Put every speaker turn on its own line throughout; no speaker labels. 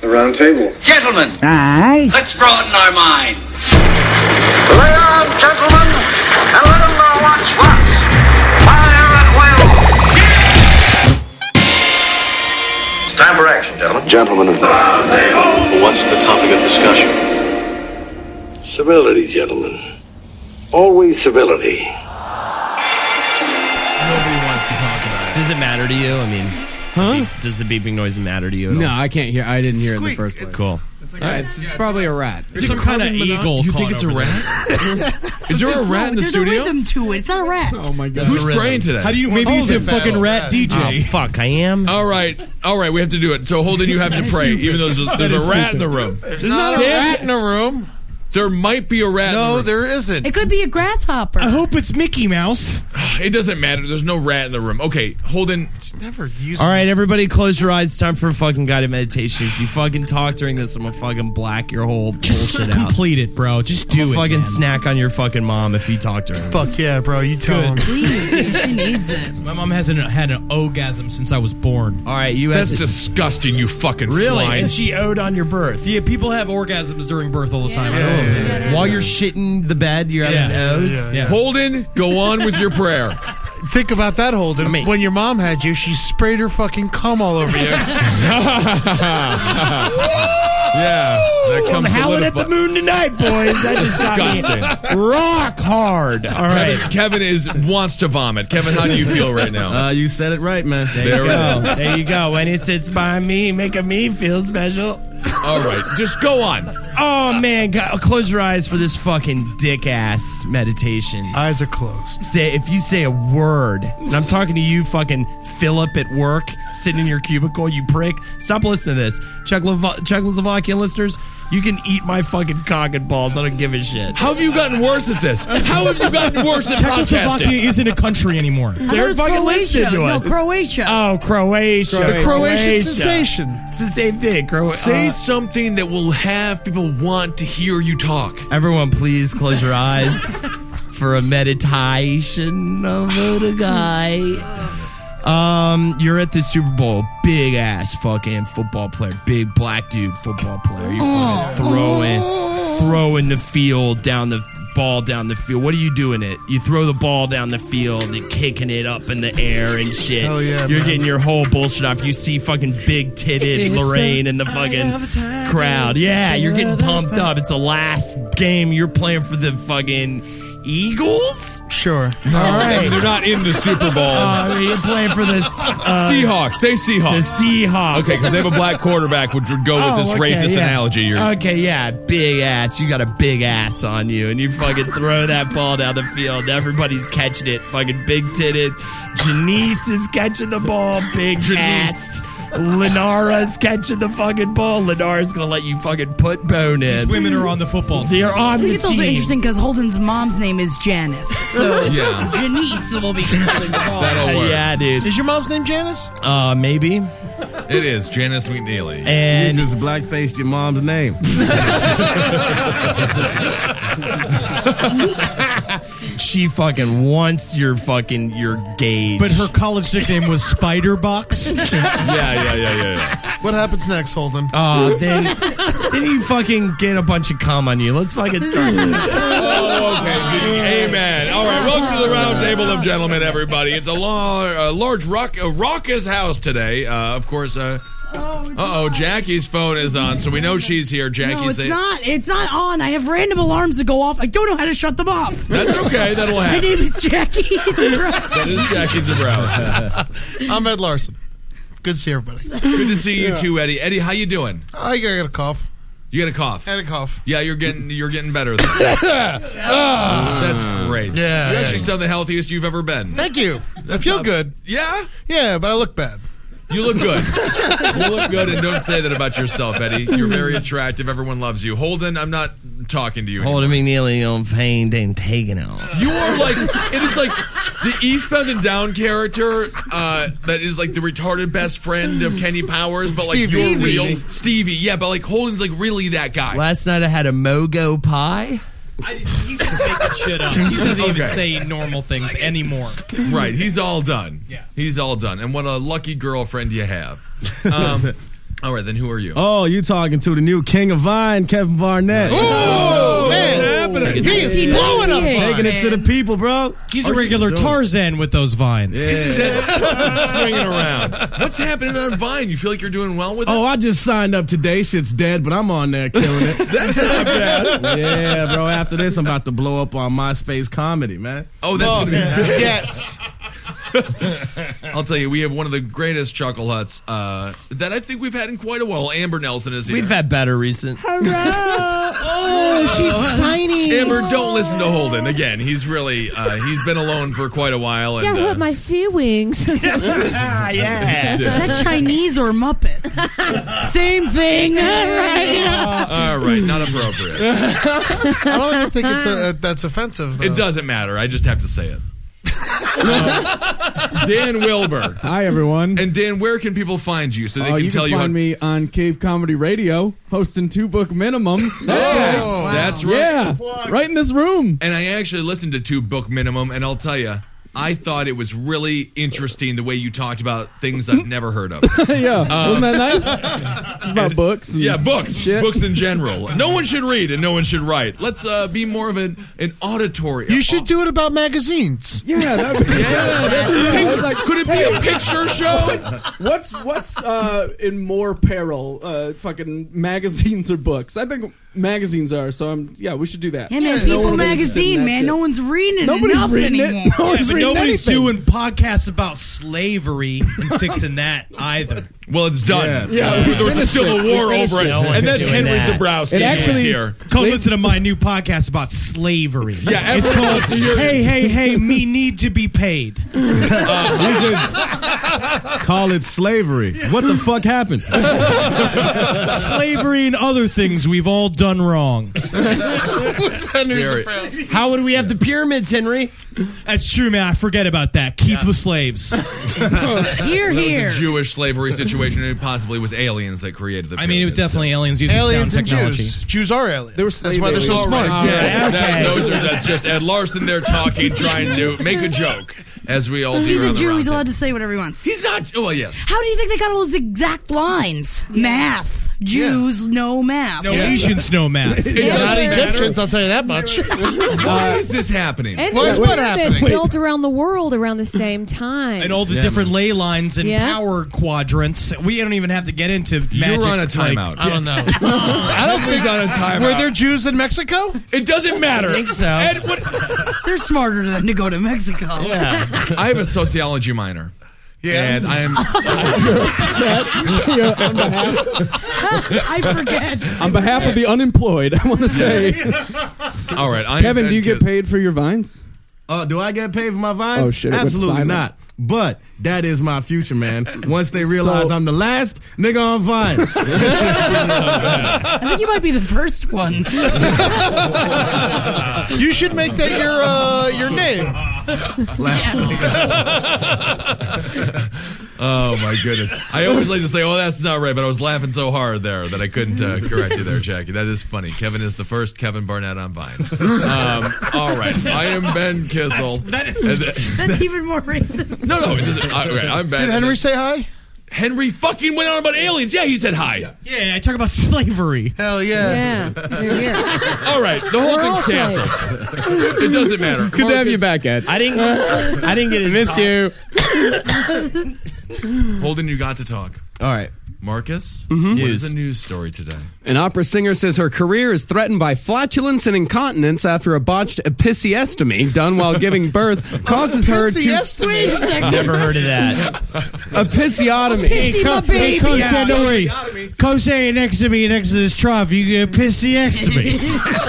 The round table.
Gentlemen,
Aye.
let's broaden our minds.
Lay on, gentlemen, and let 'em know what's what. Fire at will. It's time for action, gentlemen.
Gentlemen of the.
What's the topic of discussion?
Civility, gentlemen. Always civility.
Nobody wants to talk about it.
Does it matter to you? I mean,
Huh?
does the beeping noise matter to you? At
No,
all?
I can't hear. I didn't hear it in the
Squeak.
first place.
It's-
Cool.
It's like
All
a-
right, it's,
yeah,
it's probably a rat.
There's some kind of
carbon mono-
eagle.
You think
caught
it's a
over there.
rat? Is there a rat in the
There's a
studio?
rhythm to it. It's not a rat.
Oh my god.
Who's praying today?
How do you? Maybe it's a
Holden.
fucking rat
Oh
DJ.
fuck, I am.
All right, all right, we have to do it. So Holden, you have to pray, even though there's a, there's a rat in the room.
There's not a
Damn
rat.
it.
in the room.
There might be a rat.
No,
in the room.
there isn't.
It could be a grasshopper.
I hope it's Mickey Mouse.
It doesn't matter. There's no rat in the room. Okay, Holden.
It's never used.
All right, everybody, close your eyes. It's time for a fucking guided meditation. If you fucking talk during this, I'm gonna fucking black your whole
Just
bullshit out.
complete it, bro. Just do
I'm
it.
a fucking
man.
snack on your fucking mom if you talk during this.
Fuck yeah, bro. You tell him.
Please, dude, she needs it.
My mom hasn't had an orgasm since I was born.
All right, you
That's
have to,
disgusting. You fucking
really,
swine.
and she owed on your birth.
Yeah, people have orgasms during birth all the time. I know.
While you're shitting the bed, you're having
Yeah.
an
Yeah,
O's.
yeah.
Holden, go on with your prayer.
Think about that, Holden.
mean-
when your mom had you, she sprayed her fucking cum all over you.
Yeah, that comes solidifi-
moon tonight, boys. That just
Disgusting.
rock hard. All right.
Kevin, Kevin is wants to vomit. Kevin, how do you feel right now?
Uh, you said it right, man. There,
There
you
it
go.
is.
There you go. When he sits by me, making me feel special.
All right, just go on.
Oh man, God, close your eyes for this fucking dick ass meditation.
Eyes are closed.
Say if you say a word, and I'm talking to you, fucking Philip at work, sitting in your cubicle, you prick. Stop listening to this, Czechoslo- Czechoslovakian listeners. You can eat my fucking cock and balls. I don't give a shit.
How have you gotten worse at this? How have you gotten worse at podcasting?
Czechoslovakia isn't a country anymore.
I thought
They're
it was
fucking
Croatia.
listening to
no,
us.
Croatia.
Oh, Croatia.
The Croatian sensation.
It's the same thing. Cro-
Say
uh,
something that will have people want to hear you talk.
Everyone, please close your eyes for a meditation of a guy. Um, you're at the Super Bowl, big ass fucking football player, big black dude football player. You're
Oh.
fucking throwing, throwing the field down the ball down the field. What are you doing it? You throw the ball down the field and kicking it up in the air and shit.
Hell yeah,
you're
man.
getting your whole bullshit off. You see fucking big titted
It's
Lorraine
the
in the
eye of the
fucking
tiger.
crowd. Yeah, you're getting
Love
pumped up. It's the last game you're playing for the fucking Eagles.
Sure.
All
They're
right,
not in the Super Bowl.
uh, you're playing for the uh,
Seahawks. Say
the
Seahawks.
Seahawks.
Okay, because they have a black quarterback, which would go
Oh,
with this
okay,
racist
yeah.
analogy. You're,
Okay, yeah, big ass. You got a big ass on you, and you fucking throw that ball down the field. Everybody's catching it. Fucking big titted. Janice is catching the ball. Big ass. Lenara's catching the fucking ball. Lenara's gonna let you fucking put bone in.
These women are on the football team.
They're on
Look,
the
it's also
team.
interesting because Holden's mom's name is Janice. So
yeah,
Janice will be calling the ball.
that'll work.
Yeah, dude.
Is your mom's name Janice?
Uh, maybe.
It is Janice McNeely.
And
just blackfaced your mom's name.
she fucking wants your fucking your gauge.
But her college nickname was Spider Box.
yeah, yeah, yeah, yeah, yeah.
what happens next, Holden?
Uh, then, then you fucking get a bunch of cum on you. Let's fucking start this.
Oh, okay. Amen. All right. Welcome to the round table of gentlemen, everybody. It's a, lar- a large rock, a raucous house today. Uh, of course. Uh oh, Jackie's phone is on, so we know she's here. Jackie's
No, it's
the-
not. It's not on. I have random alarms that go off. I don't know how to shut them off.
That's okay. That'll
My
happen.
name is Jackie.
That is Jackie's Zabrowski.
I'm Ed Larson. Good to see everybody.
Good to see you too, Eddie. Eddie, how you doing?
I got I got a cough.
You got a cough.
I had a cough.
Yeah, you're getting you're getting better. Though. That's great.
Ah. Yeah,
you
yeah.
actually sound the healthiest you've ever been.
Thank you. I feel good.
Yeah,
Yeah, but I look bad.
you look good. you look good, and don't say that about yourself, Eddie. You're very attractive. Everyone loves you. Holden, I'm not talking to you. anymore.
Holding McNeely on pain and taking on.
You are like it is like the Eastbound and Down character uh, that is like the retarded best friend of Kenny Powers, but like you're
Stevie.
real Stevie. Yeah, but like Holden's like really that guy.
Last night I had a mogo pie.
he's just making shit up. He doesn't
even Okay.
say normal things anymore.
Right, he's all done.
Yeah.
he's all done. And what a lucky girlfriend you have. Um, All right, then who are you?
Oh, you talking to the new king of Vine, Kevin Barnett.
Oh, man.
What's happening?
He is blowing up.
Yeah.
Taking it to the people, bro.
He's a regular Tarzan with those vines.
swinging around. What's happening on Vine? You feel like you're doing well with it?
Oh, I just signed up today. Shit's dead, but I'm on there killing it. That's not bad. Yeah, bro. After this, I'm about to blow up on MySpace comedy, man.
Oh, that's gonna be
Yes.
I'll tell you, we have one of the greatest chuckle huts uh, that I think we've had in quite a while. Amber Nelson is here.
We've had better recent.
oh, she's tiny.
Amber, don't listen to Holden again. He's really uh, he's been alone for quite a while. And, uh,
my feelings.
Ah,
Is that Chinese or Muppet? Same thing.
all right, not appropriate.
I don't even think it's a, uh, that's offensive. Though.
It doesn't matter. I just have to say it. Um, Dan Wilbur
Hi, everyone.
and Dan, where can people find you so they
Oh,
can
you
tell
can
you?
find
how-
me on Cave Comedy Radio, hosting two book minimum.
Oh,
That's right.
yeah, right in this room.
And I actually listened to two book minimum, and I'll tell you, I thought it was really interesting the way you talked about things I've never heard of. Um,
yeah, wasn't that nice? It's about books. and
Yeah, books,
shit.
books in general. No one should read and no one should write. Let's uh, be more of an an auditory.
You should do it about magazines.
Yeah, that'd be
Picture-
Like,
could it be a picture show?
What's what's uh, in more peril? Uh, fucking magazines or books? I think magazines are. So I'm yeah. We should do that.
Yeah, man,
No
People
one will be interested
Magazine,
in that
man.
shit.
No one's reading it
Nobody's
enough
reading
anymore.
it. No one's
but
reading
nobody's
anything.
doing podcasts about slavery and fixing that either.
Well, it's done.
Yeah. Yeah.
there was a
Finished
civil
it.
war
We finished
over it,
it.
No one's
and that's
doing
Henry
that.
Zabrowski
It
who's
actually-
here.
Come listen to my new podcast about slavery.
Yeah,
it's
everyone
called
wants to hear-
"Hey, Hey, Hey, Me Need to Be Paid."
Call it slavery. What the fuck happened?
slavery and other things we've all done wrong.
Very-
How would we have the pyramids, Henry? That's true, man. I forget about that. Keep the slaves.
Here,
It
here.
was a Jewish slavery situation, and it possibly was aliens that created the.
I mean, it was
pyramids.
definitely aliens using
Aliens
sound
and
technology.
Jews. Jews are aliens.
They were
That's why they're
slave
so
aliens.
smart.
Oh,
All right, that-
okay.
those are- that's just Ed Larson there talking, trying to make a joke, as we all do.
He's a
around the
Jew.
round
He's
table.
allowed to say whatever he wants.
He's not. Well, yes.
How do you think they got all those exact lines? Math. Jews know math.
No Asians, no math.
They're not
Yeah.
Egyptians, I'll tell you that much.
Why is this happening?
And
Well,
the
it's what
pyramids
happening.
built around the world around the same time.
and all the different ley lines and
Yeah.
power quadrants. We don't even have to get into magic.
You're on a
like-
timeout.
I don't know. I don't think
on a timeout.
Were there Jews in Mexico?
It doesn't matter. I
think so.
They're smarter than to go to Mexico.
I have a sociology minor.
Yeah.
And I'm
I forget.
On behalf of the unemployed, I want to say,
all right. I'm,
Kevin, do you get paid for your vines?
Uh, do I get paid for my vines?
Oh, shit, it went
Absolutely
silent.
not. But that is my future, man. Once they realize I'm the last nigga on Vine.
I think you might be the first one.
You should make that your uh, your name.
Oh my goodness! I always like to say, "Oh, that's not right," but I was laughing so hard there that I couldn't uh, correct you there, Jackie. That is funny. Kevin is the first Kevin Barnett on Vine. Um, all right, I am Ben Kissel. And the-
That's even more racist.
no, no, it doesn't- all right, I'm Ben.
Did Henry say hi?
Henry fucking went on about aliens. Yeah, he said hi.
Yeah, I talk about slavery.
Hell yeah.
yeah, they're here.
All right, the whole
We're all
thing's canceled. it doesn't matter.
Good to have you back, Ed.
I didn't. I didn't get it.
missed you.
Holden, you got to talk.
All right.
Marcus, what is
News.
the news story today?
An opera singer says her career is threatened by flatulence and incontinence after a botched episiotomy done while giving birth causes her to
Yes, to me.
Never heard of that.
episiotomy.
See my baby.
Coach, yeah. don't worry. Coach, say next to me, next to this trough, you get pissy next to me.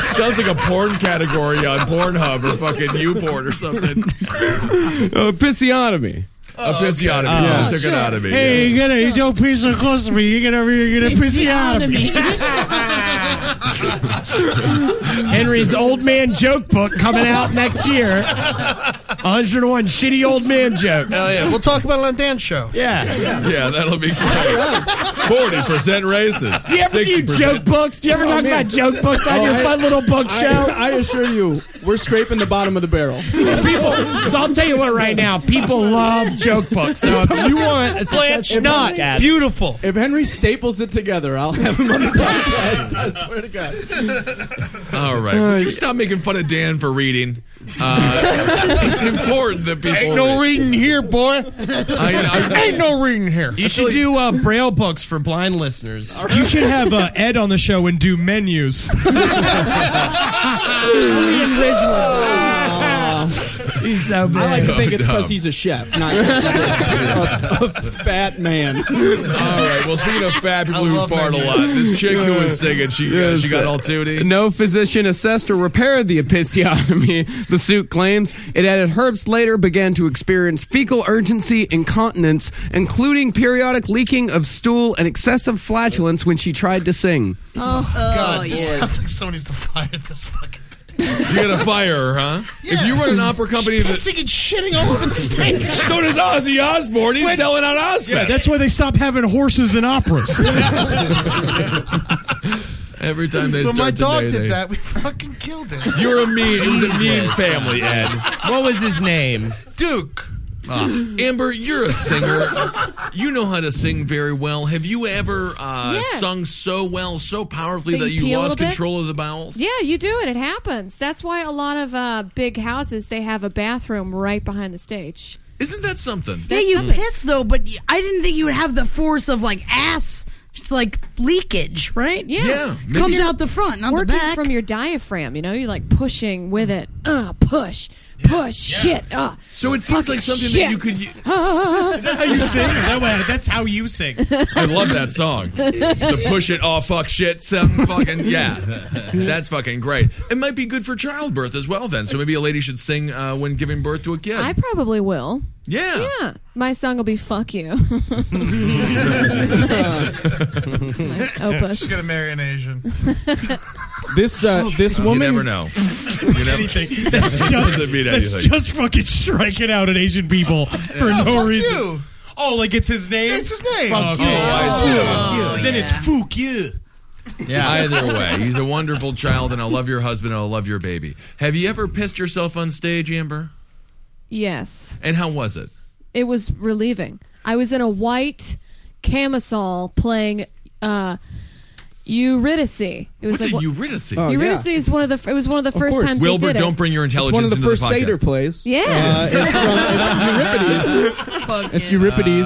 Sounds like a porn category on Pornhub or fucking YouPorn or something.
Episiotomy.
A pissiotomy. yeah, took it out of me.
Hey, you gonna you don't piss so close to me. You get over here, you get a pissy out of me. Henry's old man joke book coming out next year.
101 shitty old man jokes.
Hell yeah. We'll talk about it on Dan's show.
Yeah.
Yeah, that'll be great. 40% racist.
Do you ever do
60%.
joke books? Do you ever
Oh,
talk
man.
about joke books on
Oh,
your
I-
fun little book
I-
show?
I assure you, we're scraping the bottom of the barrel.
people, so I'll tell you what right now. People love joke books. So if you want a successful podcast-
beautiful.
If Henry staples it together, I'll have him on the podcast. I swear to God.
All right. Would you stop making fun of Dan for reading? Uh, it's important that people.
Ain't no reading here, boy. Ain't no reading here.
You should do uh, braille books for blind listeners.
You should have uh, Ed on the show and do menus.
Julian Ridgewood. He's so bad.
I like to think it's
dumb.
because he's a chef, not 'cause he's a, a fat man.
All right. Well, speaking of fat people
I
who
love
fart a
that
lot,
man.
this chick who was singing, she uh, she got all tooty.
No physician assessed or repaired the episiotomy, the suit claims. It added Herbst later began to experience fecal urgency, incontinence, including periodic leaking of stool and excessive flatulence when she tried to sing.
Oh, God. This
yeah.
sounds like someone needs to fire this fucking.
You got to fire her, huh? If you run an opera company
She's
that.
pissing and shitting all over the stage.
So does Ozzy Osbourne. He's selling out Ozfest.
Yeah, that's why they stopped having horses in operas.
Every time they
when
start
my
the
dog
day,
did
they-
that, we fucking killed it.
You're a mean. It was a mean
Jesus.
family, Ed.
What was his name?
Duke.
Ah, Amber, you're a singer. You know how to sing very well. Have you ever uh,
Yeah.
sung so well, so powerfully
That
that
you
you
pee a
lost
little bit?
control of the bowels?
Yeah, you do it. It happens. That's why a lot of uh, big houses they have a bathroom right behind the stage.
Isn't that something?
Yeah, you piss though, but y- I didn't think you would have the force of like ass, just, like leakage, right?
Yeah. Yeah, maybe.
comes
You're
out the front, not the
Working
back.
from your diaphragm, you know, you're like pushing with it. Uh, push, push, shit. Uh,
So it seems
fucking
like something
shit.
that you could. u-
Is
that how you sing? Is that why- that's how you sing.
I love that song. The push it, oh fuck shit, some fucking yeah, that's fucking great. It might be good for childbirth as well. Then, so maybe a lady should sing uh, when giving birth to a kid.
I probably will.
yeah.
Yeah, my song will be "Fuck You."
She's gonna marry an Asian.
This uh, this woman.
You never know. You never,
That's
It
just,
doesn't mean
that's
anything.
just fucking striking out at Asian people for
Oh,
no
fuck
reason.
you.
Oh, like it's his name?
It's his name.
Fuck
Oh,
you.
I see. Oh,
Then it's fuck you.
Yeah. Either way, he's a wonderful child, and I love your husband, and I love your baby. Have you ever pissed yourself on stage, Amber?
yes,
And how was it?
it was relieving. I was in a white camisole playing uh, Eurydice. It was
What's a
like,
Eurydice?
Oh, yeah.
Eurydice is one of the. It was one of the first
course.
times. they
Wilbur,
did it.
don't bring your
It's
intelligence
one of the
into
first
the
satyr
podcast.
plays.
Yes.
Uh, it's from it's Euripides. It's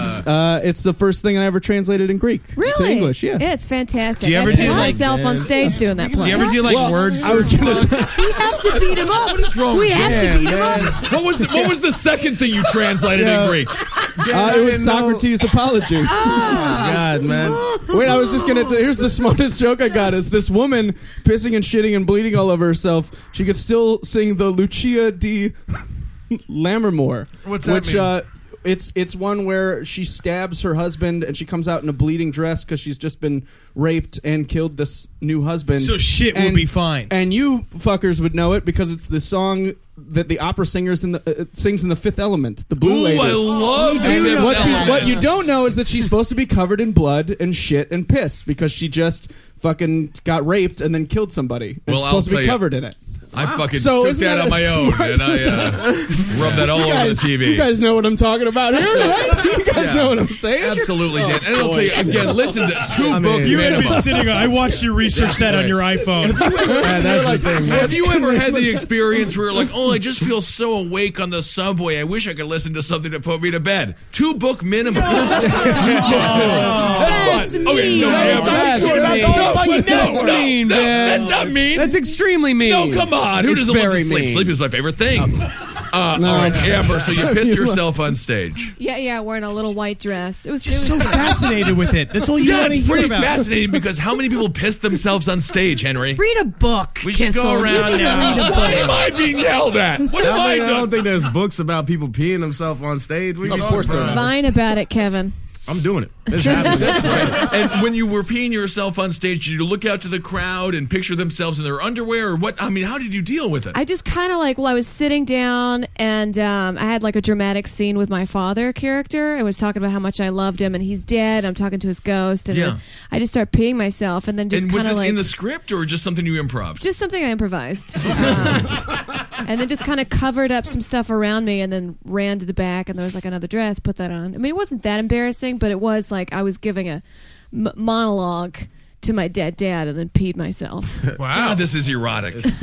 Euripides. Uh, it's the first thing I ever translated in Greek
Really?
to English. Yeah.
it's fantastic.
Do you ever
I pissed
do, like-
myself on stage doing that play.
Do you ever do like words?
I was gonna.
we have to beat him up.
wrong
we
with
have
Yeah,
to beat him
man.
up.
What was the, what was the second thing you translated in
Yeah.
Greek?
Uh, it was Socrates' apology.
Ah.
God, man. Wait, I was just gonna. T- here's the smartest joke I got: is this woman pissing and shitting and bleeding all over herself? She could still sing the Lucia di Lammermoor.
What's that
Which
mean?
uh, it's it's one where she stabs her husband and she comes out in a bleeding dress because she's just been raped and killed this new husband.
So shit would
and,
be fine.
And you fuckers would know it because it's the song that the opera singers in the uh, sings in the Fifth Element, the Blue
Ooh,
Lady.
I love
And
Fifth
what, she's,
Element.
what you don't know is that she's supposed to be covered in blood and shit and piss because she just fucking got raped and then killed somebody. And
Well,
she's
I'll
supposed to
tell
be
you.
covered in it.
I fucking
So
took
isn't
that
that
on
a
my own,
smart-
and I uh, rubbed that all
you,
over the
guys,
TV.
you guys know what I'm talking about here, right? You guys know what I'm saying? Oh,
Absolutely did. And I'll tell you again, listen to two
I mean,
book
You had been
minimum.
sitting on. I watched you research that on your iPhone.
Yeah, that's the thing.
Have you ever had the experience where you're like, oh, I just feel so awake on the subway. I wish I could listen to something to put me to bed. Two book minimum. Oh.
That's, me.
Okay, no,
That's
Amber,
bad.
sure about
That's
the-
mean.
no,
Fucking
no,
that's
no,
mean,
no,
man.
that's not mean.
That's extremely mean.
No, come on. Who
It's
doesn't love
very
to sleep?
mean.
Sleep is my favorite thing. Uh, all right, Amber, so you pissed yourself on stage.
Yeah, yeah, wearing a little white dress. It was
Just
it
so
was
fascinated with it. That's all you
Yeah,
want to
it's
hear
pretty
about.
fascinating because how many people piss themselves on stage, Henry?
Read a book.
We should go
Kissel.
around
You need
now.
to read a
Why
book.
am I being yelled at? What have
I,
I
mean, I don't
done?
think there's books about people peeing themselves on stage. We
Of course there are.
Vine about it, Kevin.
I'm doing it. It's happening.
and when you were peeing yourself on stage, did you look out to the crowd and picture themselves in their underwear, or what? I mean, how did you deal with it?
I just kind of like, well, I was sitting down and um, I had like a dramatic scene with my father character. I was talking about how much I loved him and he's dead. I'm talking to his ghost. And
Yeah.
then I just start peeing myself and then just
and was
kind of
this
like.
in the script or just something you improv?
just something I improvised. Um, and then just kind of covered up some stuff around me and then ran to the back and there was like another dress, put that on. I mean, it wasn't that embarrassing, but it was like I was giving a m- monologue to my dead dad and then peed myself.
Wow, God, this is erotic.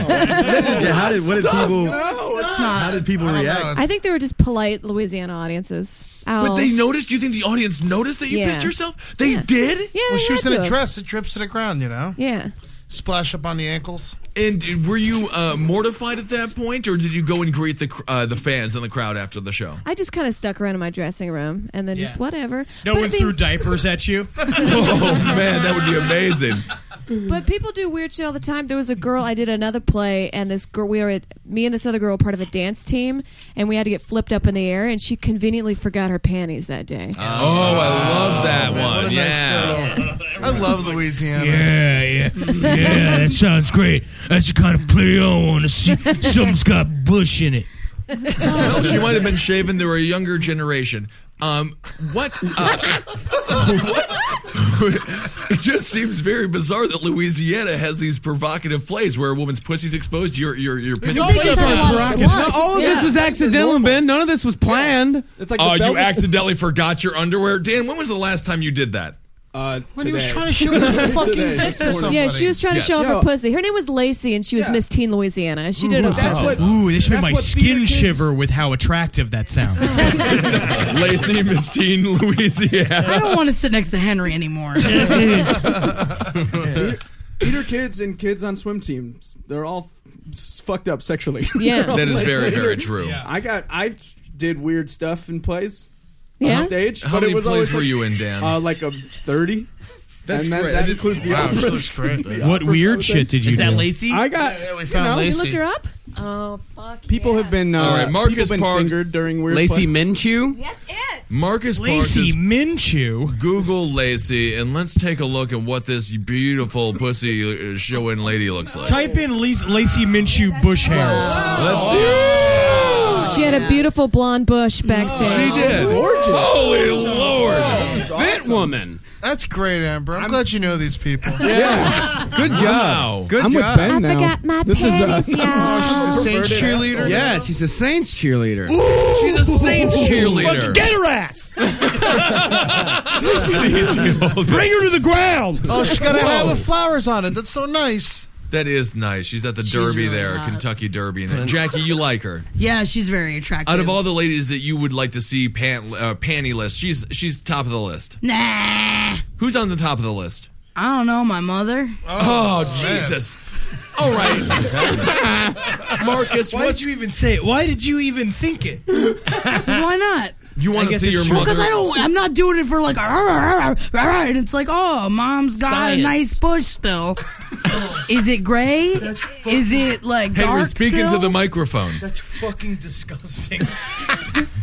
how did, what did
Stop.
people?
No, Oh, it's not.
How did people react?
I think they were just polite Louisiana audiences. Ow.
But they noticed. You think the audience noticed that you
Oh. Yeah.
pissed yourself? They
Yeah.
did.
Yeah,
well,
they
she was
had
in a
to.
dress. It drips to the ground, you know?
Yeah.
Splash up on the ankles.
And were you uh, mortified at that point, or did you go and greet the cr- uh, the fans and the crowd after the show?
I just kind of stuck around in my dressing room and then just whatever.
No
But I
one
mean-
threw diapers at you.
oh man, that would be amazing.
But people do weird shit all the time. There was a girl I did another play, and this girl we were at, me and this other girl were part of a dance team, and we had to get flipped up in the air, and she conveniently forgot her panties that day.
Oh,
Uh,
I love that one. yeah.
I love Louisiana.
Yeah, yeah, yeah. That sounds great. That's the kind of play I want to see. Something's got bush in it.
Well, she might have been shaven. They were a younger generation. Um, what? Uh, what? It just seems very bizarre that Louisiana has these provocative plays where a woman's pussy's exposed. Your your your pussy.
All of Oh, this was accidental, Ben. None of this was planned. It's
Oh, you accidentally forgot your underwear, Dan. When was the last time you did that?
Uh,
When he was trying to show his fucking dick to somebody.
Yeah, she was trying
Yes.
to show off
Yeah.
her pussy. Her name was Lacey, and she was Miss Teen Louisiana. She did it. on
That's
purpose.
Ooh, this made my
what theater
skin shiver with how attractive that sounds.
Lacey Mistine, Louisiana.
I don't want to sit next to Henry anymore.
Peter kids and kids on swim teams. They're all s- fucked up sexually.
Yeah.
They're all
That is
like-
very,
later.
very true.
I got I did weird stuff in plays
Yeah?
on stage,
How
but
many
it was
plays
always
were
like-
you in, Dan?
Uh, like a thirty.
That's
and that,
great.
that includes the
Wow, she
operas.
looks great, though.
The
What
operas
weird
I was
shit
in.
did you Is that do? Lacey?
I got.
Yeah, we
you
found
know,
You looked her up? Oh, fuck.
People have been. Uh,
All right, Marcus
people been
Park-
fingered during weird.
Lacey
plays.
Minshew.
Marcus
Lacey
Parks.
Minshew.
Google Lacey and let's take a look at what this beautiful pussy uh, showing lady looks like.
Type in Lace- Lacey Minshew bush hairs.
Let's see.
She had a beautiful blonde bush backstage.
She did.
Gorgeous.
Holy lord.
Fit woman.
That's great, Amber. I'm, glad you know these people.
Yeah. Good job.
Wow.
Good
I'm with
job.
Ben I now. forgot my This is, uh, panties,
Oh, she's a Saints
Perverted
cheerleader.
Yeah, she's a Saints cheerleader.
She's a Saints cheerleader.
Get her ass!
Bring
her to the ground!
Oh, she's got a hat with flowers on it. That's so nice.
That is nice. She's at the Derby there, Kentucky Derby. And Jackie, you like her.
yeah, she's very attractive.
Out of all the ladies that you would like to see pant uh, panty list, she's she's top of the list.
nah, I
Who's on the top of the list?
don't know. My mother.
Oh, Jesus. All right. Marcus,
Why
what's
did you even say it? Why did you even think it?
'Cause why not?
you want
I
to
guess
see your
it's true.
mother?
Because I don't. I'm not doing it for like. "Arr, arr, arr, arr," and it's like, oh, mom's got
Science.
a nice bush still. Is it gray? Is it like
Hey, we're
dark?
speaking
still?
to the microphone.
That's fucking disgusting.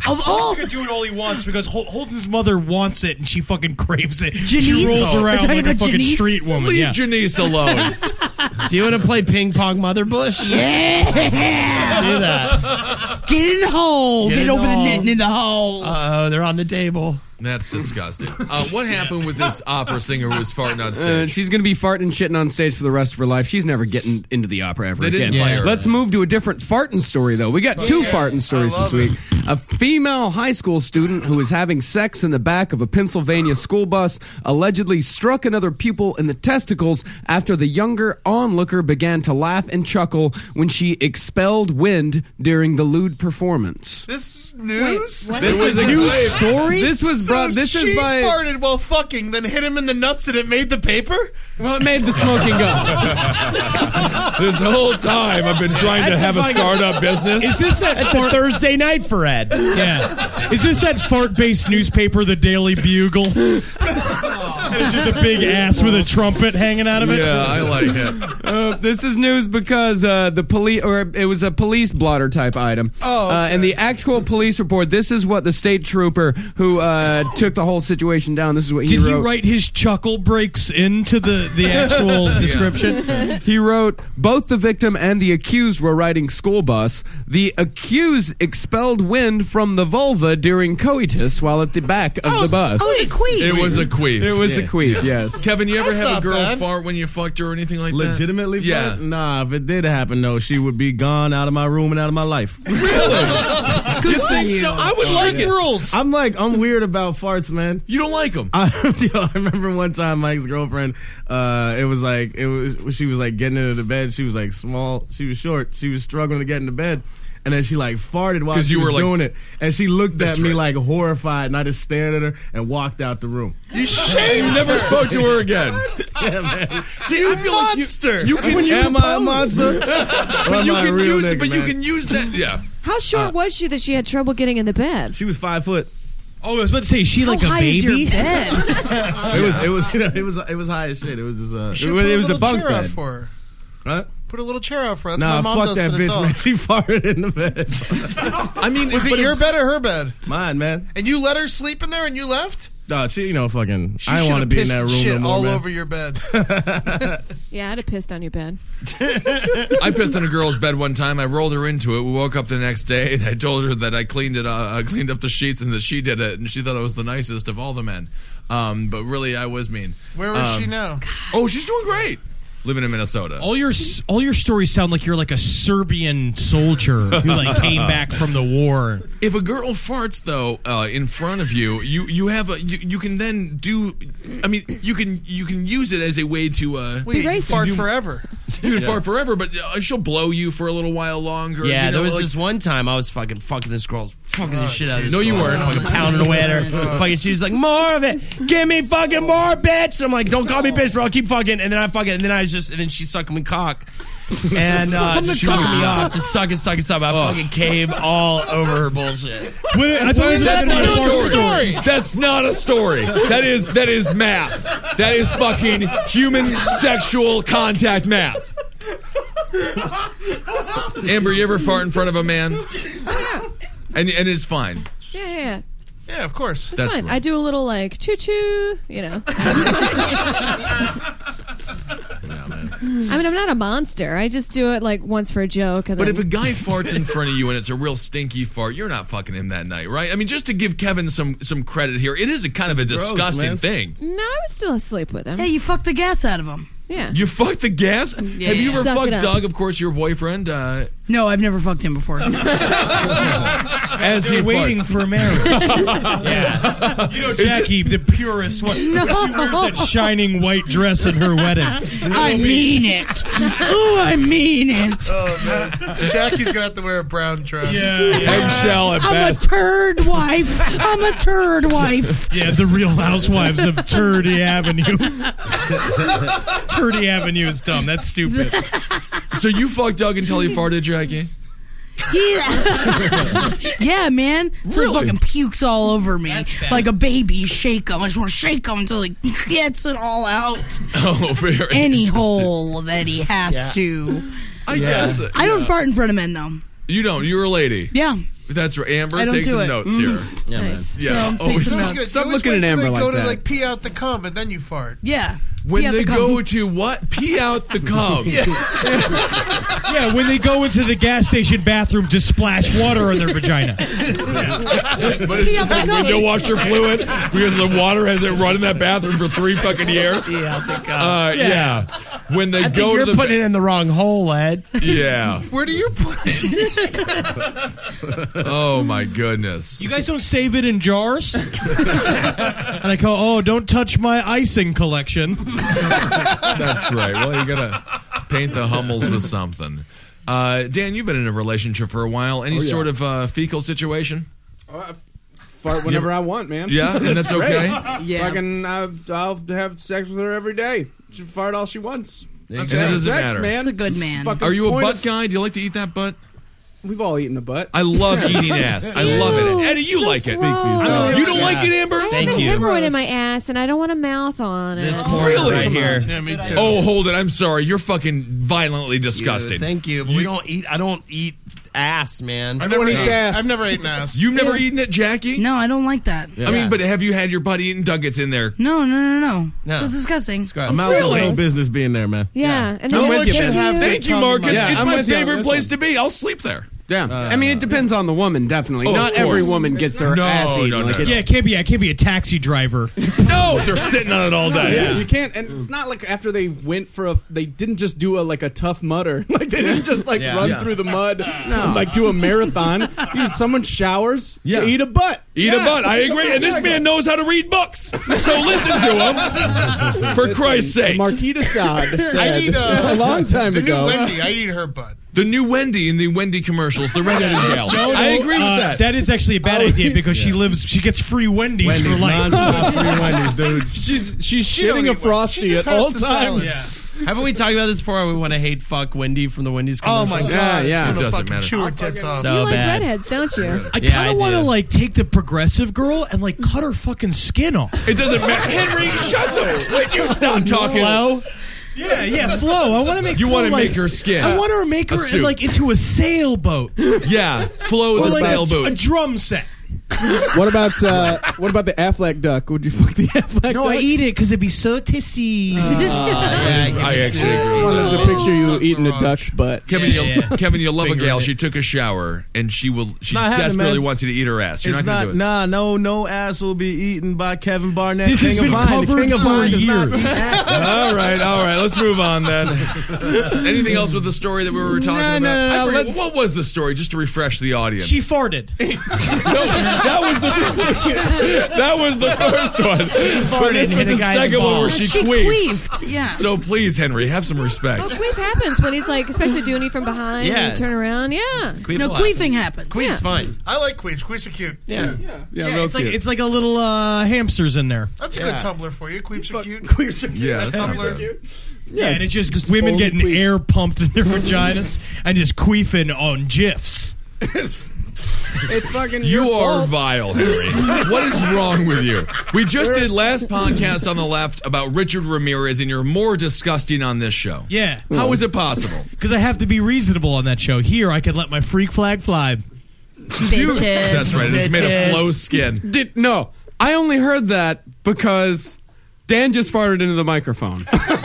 Of all
He could do it all he wants because Hol- Holden's mother wants it and she fucking craves it.
Janice?
She rolls
Oh. We're
around
talking
like a
about
fucking
Janice?
street woman.
Leave
yeah.
Janice alone.
Do you want to play ping pong, Mother Bush?
Yeah.
Do that.
Get in the hole.
Get
Get,
in the
over the
hole.
net and in the hole.
Uh oh, they're on the table.
That's disgusting. Uh, what happened with this opera singer who was farting on
Uh,
stage?
she's gonna be farting and shitting on stage for the rest of her life. She's never getting into the opera ever
They
again.
didn't play her.
Let's move to a different farting story, though. We got two farting stories this week. A female high school student who was having sex in the back of a Pennsylvania school bus allegedly struck another pupil in the testicles after the younger onlooker began to laugh and chuckle when she expelled wind during the lewd performance.
This is news.
This is a new
story. This was brought. This
she
is by.
farted while fucking, then hit him in the nuts, and it made the paper.
well, it made the smoking gun.
This whole time I've been trying to have a startup business.
Is this that
It's a
fart?
Thursday night for Ed.
Yeah. Is this that fart-based newspaper, the Daily Bugle? And it's just a big ass with a trumpet hanging out of it.
Uh, this is news because uh, the police, or it was a police blotter type item.
Oh,
Uh, and the actual police report. This is what the state trooper who uh, took the whole situation down. This is what he
Did
wrote.
he write his chuckle breaks into the, the actual description?
He wrote, both the victim and the accused were riding school bus. The accused expelled wind from the vulva during coitus while at the back of the bus.
It was Oh, a queef.
It was a queef, yes.
Kevin, you ever
That's
have a
not
girl
bad.
fart when you fucked her or anything like that?
Legitimately,
Yeah.
yeah. Nah, if it did happen though, she would be gone out of my room and out of my life.
Good thing so. I would like it.
rules. I'm like, I'm weird about farts, man.
You don't like them.
I, yo, I remember one time Mike's girlfriend. Uh, it was like it was. She was like getting into the bed. She was like small. She was short. She was struggling to get into bed. And then she like farted while
'Cause
she
you
was
were, like-
doing it, and she looked at
That's
me
right.
like horrified, and I just stared at her and walked out the room.
You shamed
You never
her.
spoke to her again. See, I feel like
monster.
You, you can
Am
use
I a
both.
monster? Or
but
am
you
I a
can
real
use it.
nigga,
But you
man?
can use that. Yeah.
How short
Uh,
was she that she had trouble getting in the bed?
She was five foot.
Oh, I was about to say, she
How
like a
high is
baby?
your bed?
It was it was it was it was high as shit. It was just uh,
Should
it
put
was, it was a
little
bunk
chair out
bed.
for her.
Huh?
Put a little chair out for her. That's
nah,
what my mom
fuck
does
that
to the
bitch,
dog.
man. She farted in the bed.
I mean,
Was it your bed or her bed?
Mine, man.
And you let her sleep in there and you left?
Nah, she, you know, fucking.
She
I don't
should
want to
have
be in
pissed
that
and
room
shit
no more,
all
man.
over your bed.
yeah, I'd have pissed on your bed.
I pissed in a girl's bed one time. I rolled her into it. We woke up the next day, and I told her that I cleaned it. Uh, I cleaned up the sheets, and that she did it. And she thought I was the nicest of all the men. Um, but really, I was mean.
Where is she
Um,
now?
Oh, she's doing great. Living in Minnesota.
All your s- all your stories sound like you're like a Serbian soldier who like came back from the war.
If a girl farts though uh, in front of you, you you have a you, you can then do. I mean, you can you can use it as a way to uh,
Well, you can fart
You-
forever.
You can fart forever, but uh, she'll blow you for a little while longer.
Yeah,
you know,
there was
like- Oh,
this one time I was fucking fucking this girl's fucking the shit out of this.
No, you
girl. I was
weren't. Oh.
Fucking pounding away at her. fucking, she was like, "More of it, give me fucking more, bitch." And I'm like, "Don't call me bitch, bro. I'll keep fucking." And then I fucking, and then I was just, and then she sucked my cock, and uh,
Sucking the
just she was
cock.
me off, just sucking, sucking, sucking. I
Oh.
fucking came all over her bullshit.
Wait, I thought it was
That's
about
not
the
a
fart
good story.
That's not a story. That is that is math. That is fucking human sexual contact math. Amber, you ever fart in front of a man? And and it's fine.
Yeah, yeah, yeah.
Yeah, of course.
It's fine. I do a little like choo choo, you know. I mean, I'm not a monster. I just do it like once for a joke. And
But
then,
if a guy farts in front of you and it's a real stinky fart, you're not fucking him that night, right? I mean, just to give Kevin some some credit here, it is a kind of a
Gross,
disgusting
man.
thing.
no, I would still sleep with him.
Yeah, you fucked the gas out of him.
Yeah.
You fucked the gas.
Yeah.
Have you ever
Suck it
fucked
up.
Doug? Of course, your boyfriend. Uh,
No, I've never fucked him before.
as he
They're waiting
farts.
for a marriage. yeah, you know Jackie, the purest one.
No.
She wears that shining white dress at her wedding.
I mean it. Oh, I mean it.
Oh, man. Jackie's going to have to wear a brown dress.
Eggshell at
I'm a
best.
turd wife. I'm a turd wife.
Yeah, the Real Housewives of Turdy Avenue. Turdy Avenue is dumb. That's stupid.
so you fucked Doug until he farted, Jackie.
Yeah. yeah, man. So he fucking pukes all over me. Like a baby, you shake him. I just want to shake him until he gets it all out.
Oh, very.
Any hole that he has
Yeah.
to.
I guess.
I don't
yeah.
fart in front of men, though.
You don't. You're a lady.
Yeah.
That's right. Amber,
I don't
take
do
some
it.
notes
Mhm.
here.
Yeah, Nice. man.
Yeah.
So, take some
oh, it's-
That's
notes.
good. You
Stop
always
looking
wait
at
till
Amber
they go
like
to
that.
like pee out the cum and then you fart.
Yeah.
when
Pee out
they
the cum.
go to what? Pee out the cum.
Yeah, when they go into the gas station bathroom to splash water on their vagina.
But it's just like window washer fluid because the water hasn't run in that bathroom for three fucking years. Yeah, uh, yeah. When they
I
go
think you're
to the
putting it in the wrong hole, lad.
yeah.
Where do you put
Oh my goodness.
You guys don't save it in jars? and I go, oh, don't touch my icing collection.
That's right. Well, you gotta paint the Hummels with something. Uh, Dan, you've been in a relationship for a while. Any
Oh, yeah.
sort of uh, fecal situation?
Oh, Fart whenever I want, man.
Yeah, and that's
great.
okay?
Yeah.
Fucking, I, I'll have sex with her every day. She fart all she wants.
And it doesn't
sex,
matter.
man.
That's a good man.
Fucking
Are you a
point
butt
of-
guy? Do you like to eat that butt?
We've all eaten a butt.
I love eating ass. I love it. Eddie, you like it.
yourself.
You don't
Yeah.
like it, Amber?
I have a hemorrhoid in my ass, and I don't want a mouth on it.
Oh,
really?
right here.
Yeah, me too. Oh, hold it. I'm sorry. You're fucking violently disgusted.
Thank you. But we don't eat. I don't eat ass, man.
I've never eaten-
I've never eaten ass.
You've never eaten it, Jackie?
No, I don't like that.
I mean, but have you had your buddy eating nuggets in there?
No, no, no, no.
No.
That's disgusting.
I'm out
Really?
no business being there, man.
Yeah, and they
I'm
will
with you,
check
man.
you.
Thank you, Marcus.
Yeah,
it's
I'm
my
with you on
favorite
this
place to be. I'll sleep there.
Yeah, I mean it depends on the woman. Definitely,
Oh, of
not every
course.
woman gets their
No,
ass eaten.
no, no.
like it's-
yeah, it can't be. I can't be a taxi driver.
no, they're sitting on it all
No,
day.
yeah, you can't. And it's not like after they went for a, they didn't just do a like a tough mudder. Like they didn't just like
Yeah.
run
Yeah.
through the mud, and, like do a marathon. Dude, someone showers, you eat a butt,
Eat a
Yeah.
butt. I agree. And this man knows how to read books. So listen to him. For Christ's sake.
Marquita Saad said
I need uh,
a long time
the
ago.
new Wendy. I eat her butt.
The new Wendy in the Wendy commercials, the Red in Jail.
No, no,
I agree with
uh,
that.
That is actually a bad idea because she lives. She gets free Wendy's, for life.
dude.
She's she's
She don't
shitting a
eat well. She
frosty at
just
all
has the
times.
Haven't we talked about this before? We want to hate fuck Wendy from the Wendy's.
Oh my
commercials?
god! I just
It
wanna
doesn't
fucking
matter.
Chew her tits off.
So
you like
bad.
redheads, don't you?
I
Yeah,
kind
I
of want to
do.
like take the progressive girl and like cut her fucking skin off.
It doesn't matter. Henry, shut the. Would you stop talking?
Flo? Yeah, yeah, Flo. I want to make
You
Flo,
wanna
like-
make her skin.
I want her to make
A
her
suit.
like into a sailboat
Yeah, Flo
or
the
like a, a
sailboat.
drum set.
What about uh, what about the Affleck duck? Would you fuck the Affleck?
No, I eat it because it'd be so tasty.
Uh, I actually agree.
I wanted to picture you eating a duck's butt.
Kevin,
Yeah,
you,
yeah, yeah.
Kevin, you love a
Finger
gal.
in it.
She took a shower, and she will. She
Not happening,
desperately
man.
wants you to eat her ass. You're
It's
not
not,
going to do it.
nah, no, no ass will be eaten by Kevin Barnett.
This has
King of
been
Vine. The
covered
King of
for
Vine does not
years.
eat ass.
all right,
oh,
all right. Let's move on then. Anything else with the story that we were talking
No, no,
about?
no,
I
no,
forget-
let's-
what was the story? Just to refresh the audience.
She farted.
that was the that was the first one. But
and
this was
hit a
the
guy in the
second one where
balls.
she,
She
queefed.
queefed, yeah.
So please, Henry, have some respect.
Oh, queef happens when he's like, especially doing it from behind.
Yeah.
and you turn around, yeah.
no, queefing happens.
Yeah.
fine.
I like queefs. Queefs are cute.
Yeah, yeah,
Yeah, it's like it's like a little uh, hamsters in there.
That's a good tumbler for you. Queefs are cute.
Queefs are cute.
Yeah, that's not
Tumbler.
Yeah, and it's just, women getting air pumped in their vaginas and just queefing on gifs.
It's fucking
You
your
are
fault.
vile, Henry. what is wrong with you? We just did last podcast on the left about Richard Ramirez, and you're more disgusting on this show.
Yeah,
How is it possible?
because I have to be reasonable on that show. Here, I could let my freak flag fly.
Bitches.
That's right. It's made
Bitches.
of flow skin.
Did, no, I only heard that because Dan just farted into the microphone.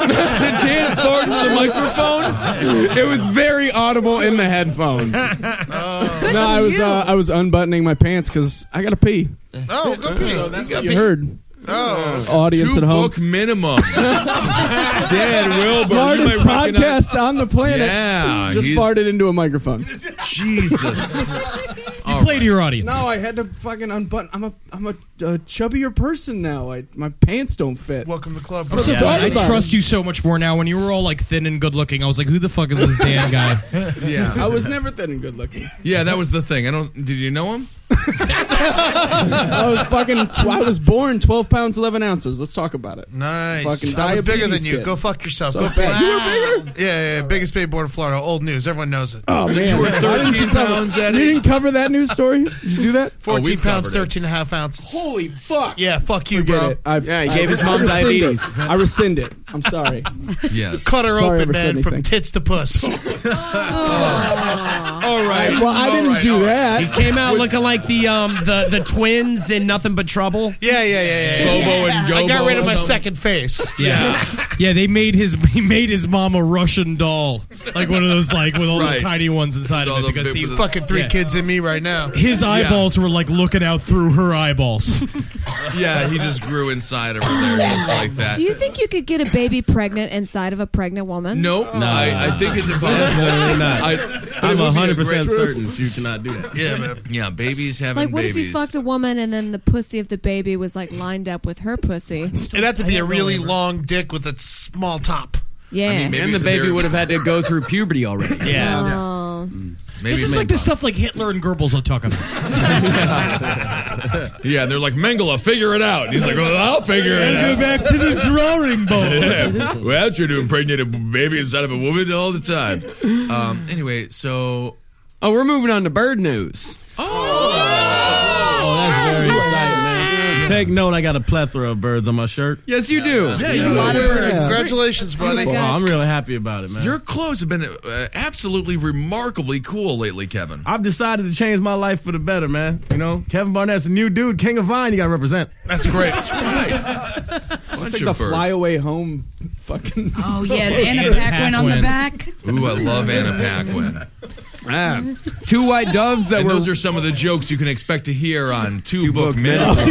Did Dan fart into the microphone?
it was very audible in the headphones.
No, I was uh, I was unbuttoning my pants because I gotta pee.
Oh, go pee.
You heard
Oh,
audience
Two
at home.
book minimum. Dan Wilbur, you
Smartest
might recognize-
podcast on the planet.
Yeah,
just
he's-
farted into a microphone.
Jesus.
You play to your audience.
No, I had to fucking unbutton. I'm a I'm a, a chubbier person now. I my pants don't fit.
welcome to the club.
so
Yeah,
sorry
I
about
trust you so much more now. When you were all like thin and good looking, I was like, "Who the fuck is this Dan guy?"
Yeah,
I was never thin and good looking.
yeah, that was the thing. I don't. Did you know him?
I was fucking. Tw- I was born 12 pounds 11 ounces. Let's talk about it.
Nice.
Oh, Fucking
I was bigger than
diabetes
you.
kid.
Go fuck yourself.
So
Go
fat.
pee.
You were bigger.
Yeah, yeah, yeah. biggest paperboard in Florida. Old news. Everyone knows it.
Oh man,
were
Why didn't
13
cover-
pounds,
You
Eddie.
didn't cover that news story. Did you do that?
Oh,
14
Oh, we've
pounds,
covered it.
13 and a half ounces.
Holy fuck.
Yeah, fuck you,
Forget
bro.
it. I,
Yeah, he gave his
I
mom
rescind it.
diabetes.
I rescind it. I'm sorry.
Yes.
Cut her
Sorry I
open,
ever said
man, from
anything.
tits to puss.
All right.
Well, I
all
didn't
right,
do
all right.
that.
Came out looking like the um the the twins in Nothing But Trouble.
Yeah, yeah, yeah, yeah. yeah.
Bobo and
I got
Gobo
rid of
or
my
something.
second face.
Yeah, yeah. They made his he made his mom a Russian doll, like one of those like with all
Right.
the tiny ones inside
All
of
the
it because
big-
he
Fucking three
Yeah.
kids in me right now.
his eyeballs were like looking out through her eyeballs.
Yeah, he just grew inside of her there, just like that.
Do you think you could get a baby pregnant inside of a pregnant woman?
Nope. I, I think it's impossible.
Literally not.
I,
I'm
but it would be a
100 percent
great-
certain you cannot do that.
Yeah, man.
Yeah, babies having
Like, what
babies.
if you fucked a woman and then the pussy of the baby was like lined up with her pussy?
It'd have to be a really long dick with a small top.
Yeah.
maybe
And the
it's a
baby
very-
would have had to go through puberty already.
Yeah.
Oh.
Maybe
This is like the stuff like Hitler and Goebbels will talk about.
Yeah, they're like Mengele, figure it out. And he's like, well, I'll figure it out.
back to the drawing board.
Yeah, we're out here to impregnate a baby inside of a woman all the time. Um, anyway, so
Oh, we're moving on to bird news.
Oh, that's very exciting, man. Take note, I got a plethora of birds on my shirt.
Yes, you do.
Yeah, you do. Yeah.
Congratulations, buddy.
Well, Oh I'm really happy about it, man.
Your clothes have been uh, absolutely remarkably cool lately, Kevin.
I've decided to change my life for the better, man. You know, Kevin Barnett's a new dude, king of Vine. You got to represent.
That's great. That's right.
It's
Bunch
like
of
the
birds.
flyaway home fucking.
Oh, yes, Anna Paquin on the back.
Ooh, I love Anna Paquin.
Ah, two white doves that
and
were.
Those are some of the jokes you can expect to hear on Two, Book, Minute.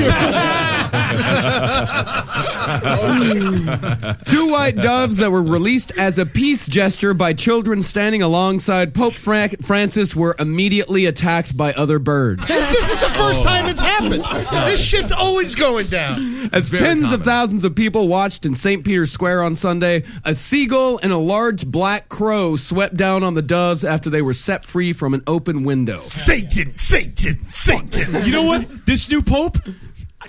Two white doves that were released as a peace gesture by children standing alongside Pope Fra- Francis were immediately attacked by other birds.
This isn't the first
Oh.
time it's happened. This shit's always going down.
As
very
tens
common.
of thousands of people watched in St. Peter's Square on Sunday, a seagull and a large black crow swept down on the doves after they were set free from an open window.
Satan, Satan, Satan. You know what? This new pope,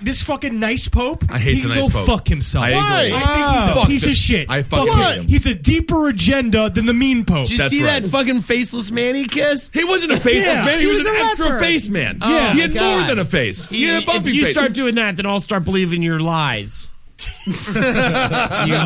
this fucking nice pope,
I hate
he
the
can
nice
go
pope.
fuck himself.
I agree.
I think he's a
Fuck
piece
the-
of shit.
I fucking
Fuck
hate him.
He's a deeper agenda than the mean pope.
Did you That's see right. that
fucking faceless man he kissed?
He wasn't a faceless
Yeah.
man. He,
He
was,
was
an
a
extra
leper.
face man.
Oh,
he had
my
more
God.
than a face. He, had a bumpy
if you
face.
start doing that, then I'll start believing your lies. you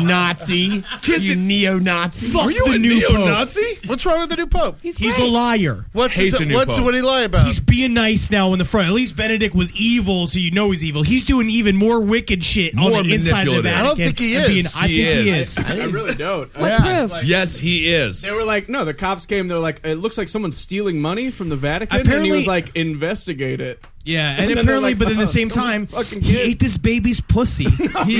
Nazi. you neo-Nazi.
Fuck Are you the a new neo-Nazi?
What's wrong with the new pope?
He's a liar.
What's his- what's what he lie about?
He's being nice now in the front. At least Benedict was evil, so you know he's evil. He's doing even more wicked shit
More
on the inside of the
manipulative. I
Vatican.
don't think
he
and being-
is.
I
He
think
is.
he is.
really don't.
What proof?
Yes, he is.
They were like, no, the cops came. They're like, it looks like someone's stealing money from the Vatican. and
Apparently-
he was like, investigate it.
Yeah,
And
and,
then they're
apparently,
like,
but at
"Oh,
uh-huh.
the same
someone's
time,
fucking
he
kids."
ate this baby's pussy. he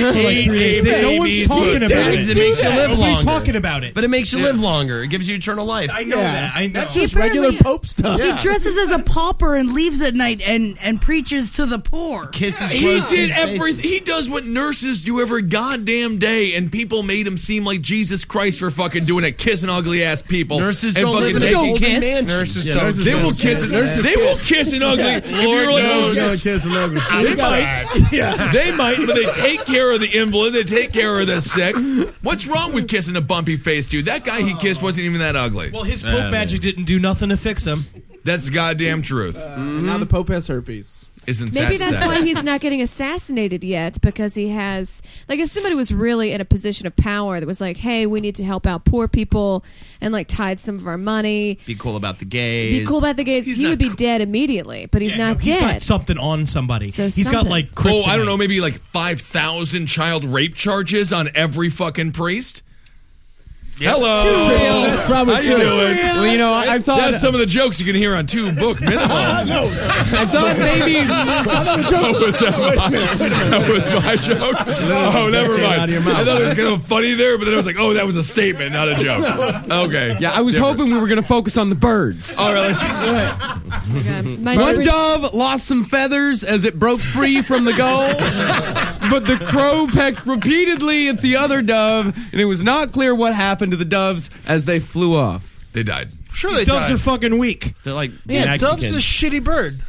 ate a
No
baby's
one's talking
pussy.
about
Because
it.
it makes you live
Nobody's
longer.
talking about it.
But it makes you
Yeah.
live longer. It gives you eternal life.
I know that. I know.
That's just regular Pope stuff.
He dresses as a pauper and leaves at night and, and preaches to the poor.
Kisses
He
rose
did
tinted
everything.
faces.
He does what nurses do every goddamn day, and people made him seem like Jesus Christ for fucking doing it, kissing ugly ass people.
Nurses
and
don't
fucking
listen to
naked
golden
kids.
mansions.
Nurses
Yeah,
don't.
nurses they will kiss. it.
Nurses
they will kiss an ugly.
Yeah.
if you're like, oh,
Gonna
yes.
kiss an ugly.
They might.
Yeah.
They might, but they take care of the invalid. They take care of the sick. What's wrong with kissing a bumpy face dude? That guy he kissed wasn't even that ugly.
Well, his pope magic didn't do nothing to fix him.
That's goddamn truth.
Uh, And now the Pope has herpes.
Isn't
Maybe
that
that's
sad?
why he's not getting assassinated yet because he has like if somebody was really in a position of power that was like, "Hey, we need to help out poor people and like tide some of our money."
Be cool about the gays.
Be cool about the gays.
He's
he
not
would be dead immediately, but he's not
He's
dead.
got something on somebody.
So
He's got
something.
like
Oh,
kryptonite.
I don't know, maybe like 5,000 child rape charges on every fucking priest? Hello.
That's probably
How
true.
you doing?
Well, you know, I, I thought
That's some of the jokes you can hear on two book minimum.
I thought maybe
That was, that, that was my joke. Oh, never
came out
mind.
of your mouth.
I thought it was kind of funny there, but then I was like, oh, that was a statement, not a joke. Okay.
Yeah, I was
Different.
hoping we were going to focus on the birds.
All right, let's.
Okay. My
One
neighbors-
dove lost some feathers as it broke free from the goal, but the crow pecked repeatedly at the other dove, and it was not clear what happened to the doves as they flew off.
They died.
Sure, they
Doves
died.
are fucking weak.
They're like
yeah,
Mexican.
dove's a shitty bird.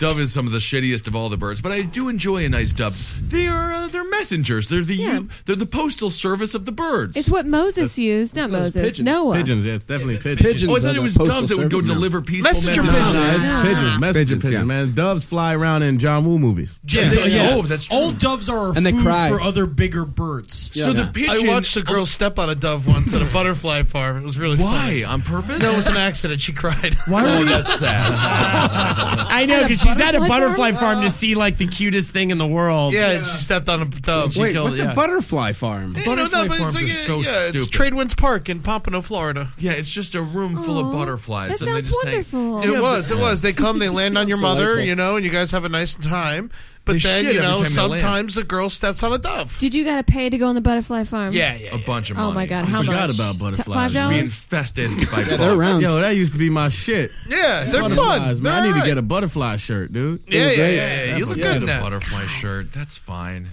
Dove is some of the shittiest of all the birds, but I do enjoy a nice dove. They are uh, they're messengers. They're the
Yeah.
they're the postal service of the birds.
It's what Moses used, not Moses.
pigeons.
Noah.
Pigeons, yeah, it's definitely pigeons.
pigeons.
oh, I thought
are
it
the
was
postal
doves that would go
service.
deliver peaceful
Messenger
messages.
pigeons.
Nah, it's
Ah.
pigeons, messages,
Pigeons, yeah.
man. Doves fly around in John Woo movies.
Yeah.
They-
Yeah.
Oh, that's true.
All doves are
And they
food
cry.
for other bigger birds.
so the pigeon.
I watched a girl step on a dove once at a butterfly farm. It was really funny.
Why on purpose?
No, it was an accident. She cried.
Why
oh,
are
that's sad.
I know
At a
because she's at a
butterfly
butterfly farm to see like the cutest thing in the world.
Yeah, and she stepped on a dove. She
Wait,
killed
what's
it.
a butterfly farm?
Yeah, you know,
Butterfly
no, but it's
farms
like
are
a-
so
yeah, It's
stupid.
Tradewinds Park in Pompano, Florida.
yeah, it's just a room full
Aw,
of butterflies.
that
and they
sounds
just hang-
wonderful.
It was. It was. They come. They land on your
Sounds
mother.
delightful.
You know, and you guys have a nice time.
They
But then
shit
you
every
know,
time they land.
sometimes the girl steps on a dove.
Did you got to pay to go on the butterfly farm?
Yeah, yeah.
a bunch of money.
Oh my god, how
forgot
much?
about
T-
butterflies.
Five
Be
dollars.
infested by
They're
bugs.
around.
Yo, that used to be my shit.
Yeah, they're
Butterflies,
fun.
man.
They're
I need to get
alright.
a butterfly shirt, dude.
Yeah, yeah,
great.
yeah, yeah. You look
Get
good
a
in that.
butterfly shirt. That's fine.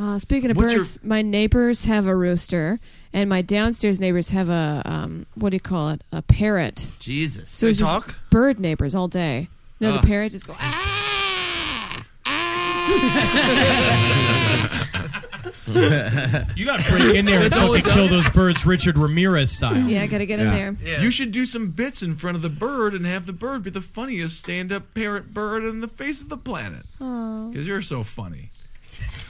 Uh, speaking of
What's your-
birds, my neighbors have a rooster, and my downstairs neighbors have a um, what do you call it? A parrot.
Jesus.
So it's just
talk?
bird neighbors all day. No, the parrot just go. "Ah."
You got to break in there and
That's all it
fucking kill
does.
those birds, Richard Ramirez style.
Yeah, I gotta get in there.
You should do some bits in front of the bird and have the bird be the funniest stand-up parrot bird on the face of the planet.
Oh,
Because you're so funny.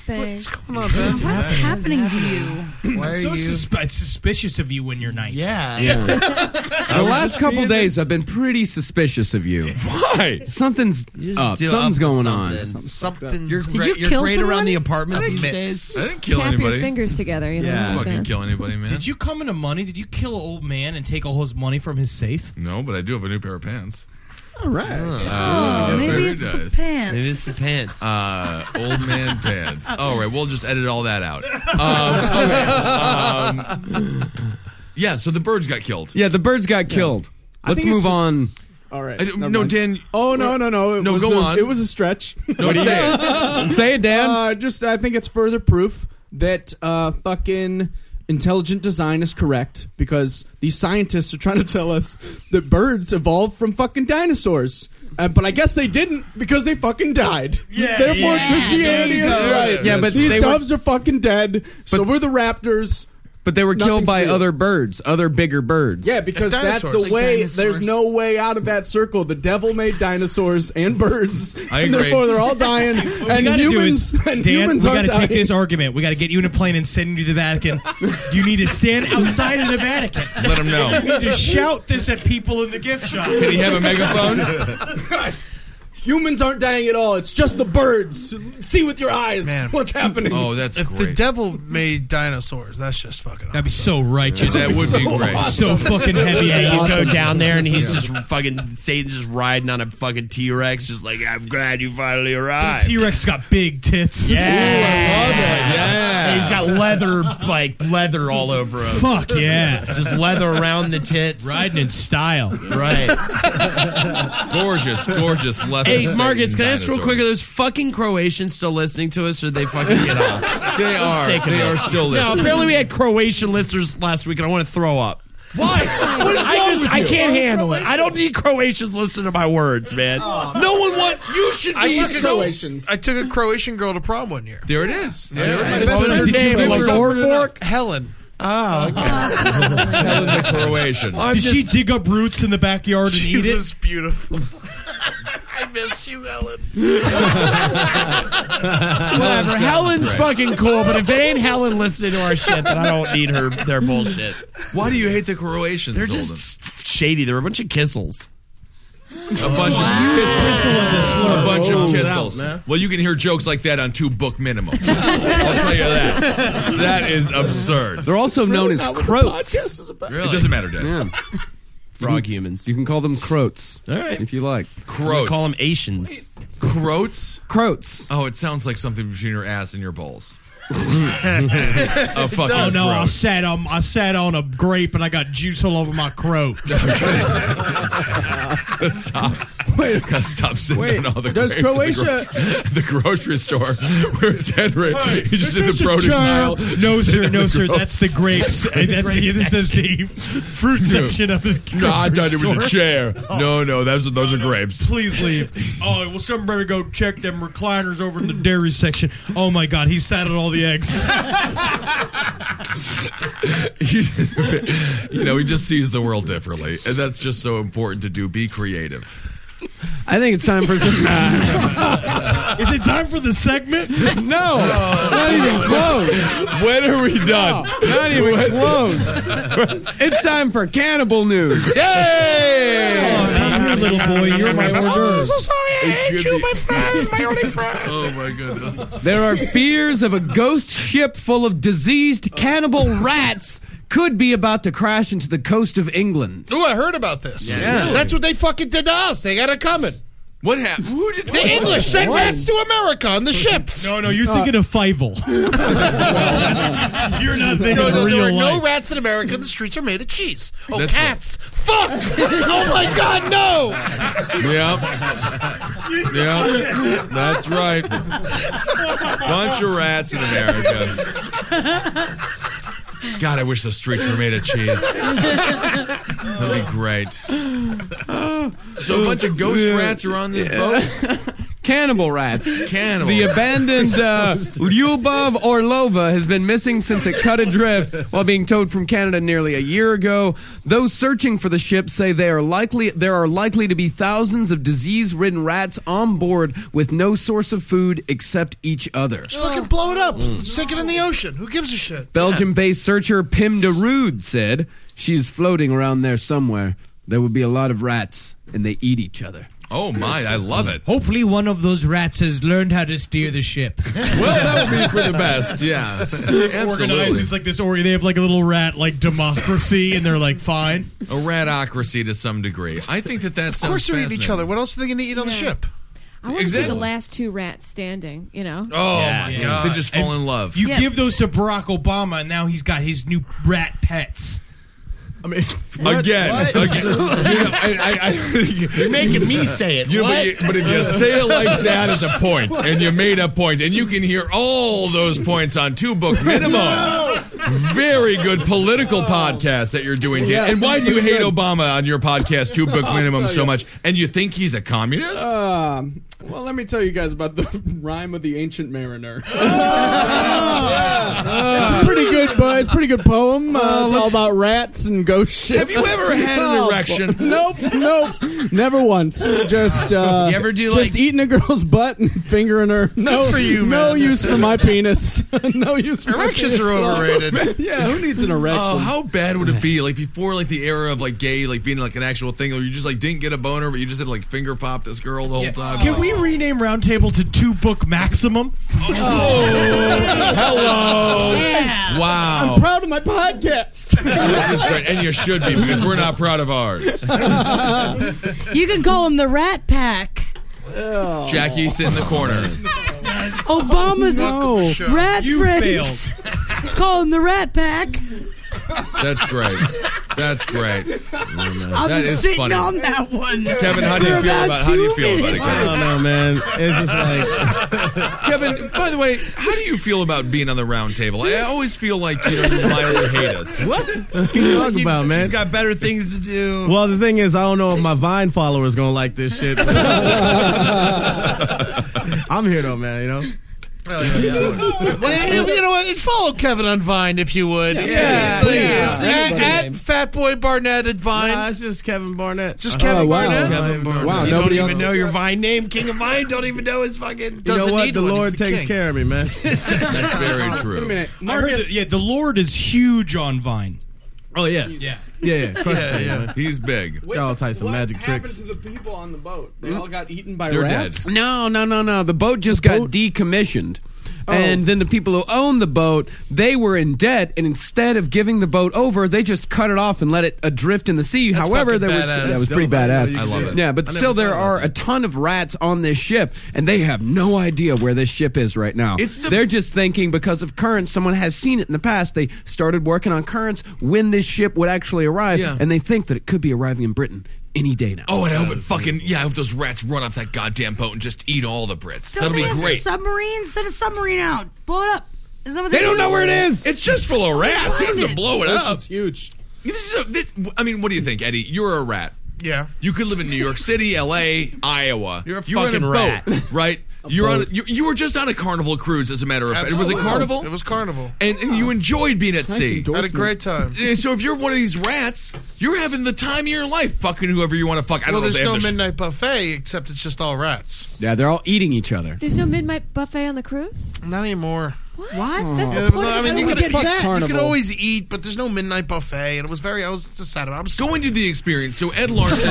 thanks.
What's happening to you?
I'm
are
so
you-
suspi- suspicious of you when you're nice.
Yeah.
the last couple days, I've been pretty suspicious of you. Why? Something's up.
do
Something's
up
going
with
on.
something.
Something.
You're
Did
great,
you
you're
kill
great around
someone?
the apartment
I
these
didn't-
days.
I didn't kill
Tap your
anybody.
fingers together. You know,
I
like
didn't fucking
that.
kill anybody, man.
Did you come into money? Did you kill an old man and take all his money from his safe?
No, but I do have a new pair of pants. Uh,
All right.
Oh, maybe it's the pants. Maybe it's
the pants. Uh, old man pants. All right, we'll just edit all that out. Um, okay, um, yeah, so the birds got killed.
Yeah, the birds got killed.
I
Let's
think it's
move
just-
on.
All right.
I don't-
never
no,
mind.
Dan.
Oh no, no, no! It
No,
was
go
a,
on.
It was a stretch.
No, say it.
say it, Dan.
Uh, just, I think it's further proof that uh, fucking intelligent design is correct because these scientists are trying to tell us that birds evolved from fucking dinosaurs. Uh, but I guess they didn't because they fucking died.
Yeah,
Therefore,
yeah.
Christianity
Yeah,
is
yeah,
right.
yeah, but
these
they were-
doves are fucking dead. so were the raptors.
But they were killed
Nothing's
by
real.
other birds, other bigger birds.
Yeah, because that's the
Dinosaurs.
way.
Like
There's
dinosaurs.
no way out of that circle. The devil made dinosaurs and birds,
I
and
agree.
therefore they're all dying.
What we
and
gotta
humans,
do is,
and
Dan,
humans
we
aren't
gotta
dying.
take this argument. We got to get you in a plane and send you to the Vatican. you need to stand outside of the Vatican.
Let 'em know.
You need to shout this at people in the gift shop.
Can he have a megaphone?
Humans aren't dying at all. It's just the birds. See with your eyes
Man.
what's happening.
Oh, that's
if the
great.
devil made dinosaurs, that's just fucking.
That'd be so righteous.
That would be great.
So fucking heavy.
Yeah, you go down there and he's
Yeah.
just fucking Satan's just riding on a fucking T Rex, just like I'm glad you finally arrived.
T Rex got big tits.
Yeah,
Yeah.
He's got leather, like leather all over him.
Fuck yeah.
just leather around the tits,
riding in style.
Right.
gorgeous, gorgeous leather.
Hey,
Satan
Marcus, can I ask real
dinosaur.
quick? Are those fucking Croatians still listening to us, or did they fucking get off?
They
Let's
are.
take a
They
minute.
are still
No,
listening.
apparently we had Croatian listeners last week, and I want to throw up. Why?
What is
I
wrong
just
with
I
you?
can't handle it. I don't need Croatians listening to my words, man. no one want you should be
I took, a
so-
Croatians. I took a Croatian girl to prom one year.
There it is. There
Yeah.
Oh,
it is.
What was her
Did you
name?
give
Like
her
a
some-
fork? Helen.
Oh,
Helen the Croatian.
Did she dig up roots in the backyard and eat it?
was beautiful. I miss you, Helen.
Whatever.
sounds
Helen's
great.
fucking cool, but if it ain't Helen listening to our shit, then I don't need her their bullshit.
Why do you hate the Croatians?
They're just shady. They're a bunch of kissels.
A bunch of
Kissel is a slur.
A bunch
Oh.
of
Get
kissels.
out, man.
Well, you can hear jokes like that on two book minimum. I'll tell you that. That is absurd.
They're also known as croats.
It doesn't matter, Dan.
Yeah.
Frog humans.
You can call them croats.
All right.
If you like.
Croats.
Call them Asians.
Croats?
Croats.
Oh, it sounds like something between your ass and your balls. a fucking
Oh no! I
croat.
sat on I sat on a grape and I got juice all over my croat.
Stop. Wait, gotta stop sitting
Wait,
on all the
does
grapes at
Croatia-
the, gro- the grocery store where it's Henry? He just did the produce aisle.
Child. No
Just
sir,
sitting
no
on the
sir.
grapes.
That's the grapes. And that's the, this is the fruit section of the.
No, I
grocery
thought it was
store.
a chair. No, no, those are those are grapes.
Please leave. Oh well, somebody better go check them recliners over in the dairy section. Oh my God, he sat on all the eggs.
you know, he just sees the world differently, and that's just so important to do. Be creative.
I think it's time for some. uh,
Is it time for the segment?
No, not even close.
When are we done?
Not even close. it's time for cannibal news. Yay!
Come here, little boy. You're my hors
Oh,
d'oeuvre.
Oh my goodness!
There are fears of a ghost ship full of diseased cannibal rats could be about to crash into the coast of England.
Oh, I heard about this.
Yeah.
That's what they fucking did to us. They got it coming.
What happened? Who did
The English sent rats to America on the ships.
No, no, you're thinking of Fievel. you're not thinking
No, no,
of real
there are
life.
no rats in America. The streets are made of cheese. Oh,
That's
cats! Fuck! oh my God, no!
Yep. Yep. That's right. Bunch of rats in America. God, I wish the streets were made of cheese. That'd be great. So a bunch of ghost rats are on this boat.
Cannibal rats.
Cannibal
The
rats.
abandoned uh, Lyubov Orlova has been missing since it cut adrift while being towed from Canada nearly a year ago. Those searching for the ship say they are likely there are likely to be thousands of disease-ridden rats on board with no source of food except each other.
Just fucking blow it up.
Mm.
Sink it in the ocean. Who gives a shit?
Belgium based searcher Pim de Rude said she's floating around there somewhere. There would be a lot of rats, and they eat each other.
Oh my, I love it.
Hopefully, one of those rats has learned how to steer the ship.
Well, that would be for the best. Yeah,
Organized,
absolutely.
it's like this, or they have like a little rat like democracy, and they're like, fine.
A ratocracy to some degree. I think that that's
Of course they're eating each other. What else are they going to eat on the ship?
I want to see
Exactly.
the last two rats standing. You know.
Oh my god, they just fall in love.
You
Yeah.
give those to Barack Obama, and now he's got his new rat pets. I mean,
Again, again. You know, I- I- I-
You're making me say it.
You-
What?
But, you- but if you say it like that, it's a point, and you made a point, and you can hear all those points on two book minimum. Very good
Oh.
political podcast that you're doing, Dan.
Yeah,
and why do you
pretty
hate
good.
Obama on your podcast, two book
I'll
minimum,
tell
so
you.
much? And you think he's a communist?
Um, well, let me tell you guys about the rhyme of the ancient mariner. it's a pretty good, uh, it's a pretty good poem. Uh, it's all about rats and ghost shit.
Have you ever had an erection?
Nope, nope, never once. Just uh,
You ever do,
just
like-
eating a girl's butt and fingering her. No,
for you,
no
man.
use for my penis. no use. For my
Erections are
Oh,
penis. Oh,
overrated.
yeah, who needs an erection?
Oh, how bad would it be? Like before, like the era of like gay, like being like an actual thing, where you just like didn't get a boner, but you just had to, like finger pop this girl the whole time.
Can
Like,
we rename Roundtable to Two Book Maximum?
Oh.
Hello. Wow.
I'm proud of my podcast.
This is great, and you should be because we're not proud of ours.
You can call him the Rat Pack.
Jackie, sit in the corner.
Obama's
Oh, no.
rat
You
friends. Call him the Rat Pack.
That's great. That's great.
I've
That
been
is
sitting
funny.
on that one.
Kevin, how do you
for
feel about how do you
two
feel about it?
minutes.
I don't know, man. It's just like
Kevin, by the way, how do you feel about being on the round table? I always feel like you know you mildly hate us. What?
what you talk about, man.
got better things to do.
Well, the thing is, I don't know if my Vine followers gonna like this shit. I'm here though, man. You know.
Well, you know what? Follow Kevin on Vine if you would. Yeah,
yeah, yeah.
At,
Everybody.
at Fatboy Barnett at Vine.
Nah, it's just Kevin Barnett.
Just Kevin
Oh, wow.
Barnett.
Kevin Barnett.
Wow,
you
nobody
don't
else-
even know your Vine name. King of Vine don't even know his fucking.
You know
doesn't
what?
need
The
one. He's
Lord takes
king.
care of me, man.
That's very
Wait a
true.
minute,
I heard that- yeah, the Lord is huge on Vine.
Oh yeah,
Yeah.
yeah, yeah. Of course
Yeah,
I do,
yeah.
man.
He's big.
Got all types of
what
magic
happened
tricks.
to the people on the boat? They all got eaten by
They're
rats.
dead.
No, no, no, no. The boat just got decommissioned. And then the people who owned the boat, they were in debt, and instead of giving the boat over, they just cut it off and let it adrift in the sea. However,
fucking
there was
badass.
that was pretty
Dope.
badass.
I love it.
Yeah, but
I never
still, there
thought
are
about
a ton of rats on this ship, and they have no idea where this ship is right now.
It's the-
They're just thinking because of currents. Someone has seen it in the past. They started working on currents when this ship would actually arrive,
Yeah.
and they think that it could be arriving in Britain any day now.
Oh, and I hope it fucking yeah. I hope those rats run off that goddamn boat and just eat all the Brits.
Don't
That'll
they
be
have
great.
submarine? Send a submarine out. Blow it up. Is that what
They don't know where it is.
It's just full of rats. You don't have to blow it up.
It's huge.
This is a, this, I mean, what do you think, Eddie? You're a rat.
Yeah.
You could live in New York City, L.A., Iowa.
You're a
were on
fucking
boat,
rat.
right? You're on. You, you were just on a carnival cruise, as a matter of fact. It was a
Absolutely.
carnival,
It was carnival.
and, and you enjoyed being at sea.
Had a great time.
Uh, So if you're one of these rats, you're having the time of your life, fucking whoever you want to fuck. I
Well,
don't know. if
there's
they
no
have the sh-
midnight buffet except it's just all rats.
Yeah, they're all eating each other.
There's no midnight buffet on the cruise.
Not anymore.
What?
What?
Yeah,
That's the
but
point.
I mean, you
we
could,
get
fuck
that?
you could
Carnival.
always eat, but there's no midnight buffet. And it was very. I was it's a Saturday. I'm sorry.
Go into the experience. So Ed Larson,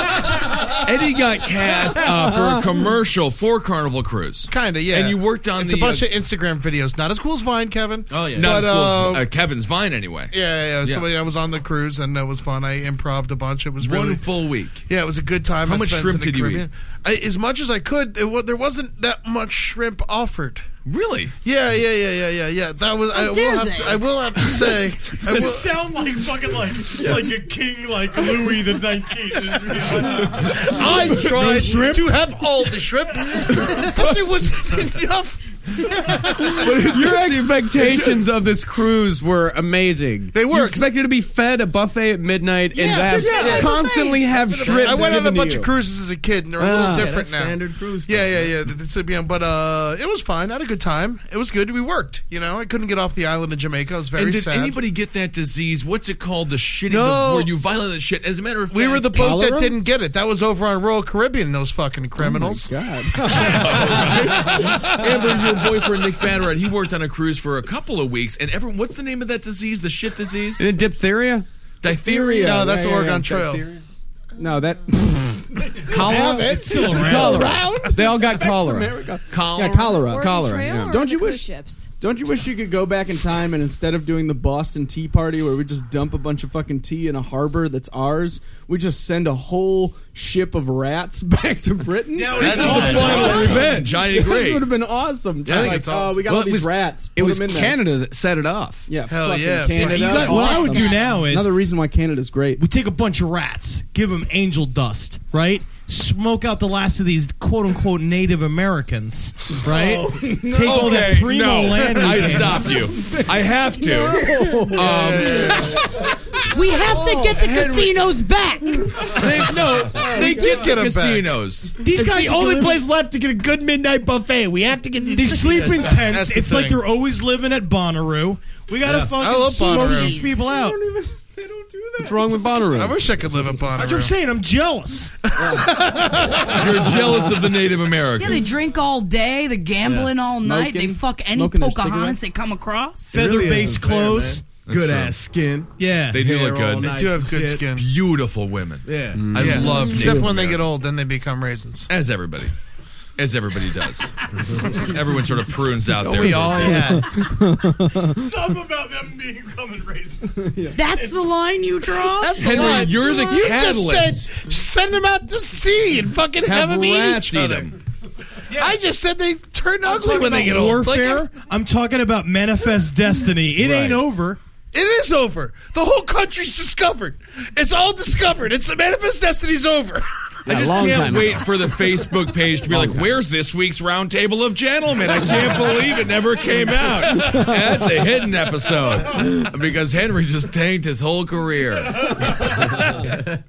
uh, Eddie got cast uh, for a commercial for Carnival Cruise.
Kinda, yeah.
And you worked on
it's
the
a bunch
uh,
of Instagram videos. Not as cool as Vine, Kevin.
Oh yeah.
not
but,
as cool as,
uh,
uh, Kevin's Vine anyway.
Yeah, yeah, yeah.
Yeah.
Somebody I was on the cruise and that was fun. I improved a bunch. It was
One
really
full week.
Yeah, it was a good time.
How
I
much
spent
shrimp
in the
did you eat?
Caribbean. I, as much as I could. It, wa- there wasn't that much shrimp offered.
Really?
Yeah, yeah, yeah, yeah, yeah, yeah. That was. I
dare
will, have
they?
to, I will have to say. I
You
will,
sound like fucking like like a king like Louis the Nineteenth.
I tried to have all the shrimp, but there was enough
Your expectations of this cruise were amazing. They were. You expected to be fed a buffet at midnight and
Yeah,
have,
yeah, yeah.
constantly have shrimp.
I went on a
given to
bunch
you.
of cruises as a kid, and they're a
Ah.
little
Yeah,
different
that's
now.
standard
cruise. yeah, yeah, yeah. th- that's it, yeah, But uh, it was fine. I had a good time. It was good. We worked. You know, I couldn't get off the island of Jamaica. I was very
and did
sad.
anybody get that disease? What's it called? The shitting,
No.
the, where you violently shit. As a matter of fact,
we were the boat that didn't get it. That was over on Royal Caribbean. Those fucking criminals.
Oh
Amber, your boyfriend Nick Vatterett, he worked on a cruise for a couple of weeks, and everyone, what's the name of that disease? The shit disease?
Is it diphtheria?
Diphtheria.
No, that's Oregon Trail.
No, that
Cholera?
It's
still around.
Cholera. They all got cholera.
America.
Yeah, cholera.
Oregon
cholera.
Trail or
Don't
the
you
cruise
wish?
ships?
Don't you wish you could go back in time and instead of doing the Boston Tea Party where we just dump a bunch of fucking tea in a harbor that's ours, we just send a whole ship of rats back to Britain?
That This would've is been the final awesome. revenge. I agree.
This would have been awesome.
I think
like,
it's awesome.
oh, we got
Well,
all
it
these
was-
rats.
It
Put
was
'em in there.
Canada that set it off.
Yeah,
Hell
fucking
yeah.
Canada.
You got-
Awesome.
what I would do now is-
another reason why Canada's great.
We take a bunch of rats, give them angel dust, right? Smoke out the last of these quote unquote Native Americans, right?
Oh,
take
no.
all that
Okay,
primo
no.
land. we
I
have.
stop you. I have to.
No.
Um,
We have to get the casinos back.
They, no, they did get
them back.
casinos.
These
It's
guys,
the
the only
only-
place left to get a good midnight buffet. We have to get these.
They sleep in
casinos.
tents. it's like they're always living at Bonnaroo. We gotta
Yeah. I
fucking
love
smoke
Bonnaroo.
these people out.
What's wrong with Bonnaroo?
I wish I could live in Bonnaroo.
That's what I'm saying. I'm jealous.
You're jealous of the Native
Yeah,
Americans.
they drink all day. They're gambling
Yeah.
all night. They
Smoking.
fuck any
Smoking their
Pocahontas
cigarettes.
they come across.
Feather-based clothes.
That's
Good
true.
ass skin.
Yeah.
They do
Hair
look
all
good.
nice They do have good shit. skin.
Beautiful women.
Yeah.
I
Mm. Yeah.
love
Except
Native
when they
Americans.
get old, then they become raisins.
As everybody. As everybody does. Everyone sort of prunes out
Don't
there.
we all? Yeah.
Something about them becoming raisins. That's the line you draw.
That's
Henry,
a lot.
you're the
you
catalyst.
just said send them out to sea and fucking have,
Have
them eat
rats
each
eat
other. I just said they turn ugly
talking
when they get
about
old. Like,
warfare. I'm talking about manifest destiny. It ain't over.
it is over. The whole country's discovered. It's all discovered. It's the manifest destiny's over.
I just can't wait for the Facebook page to be like, "Where's this week's roundtable of gentlemen?" I can't believe it never came out. That's a hidden episode because Henry just tanked his whole career.
I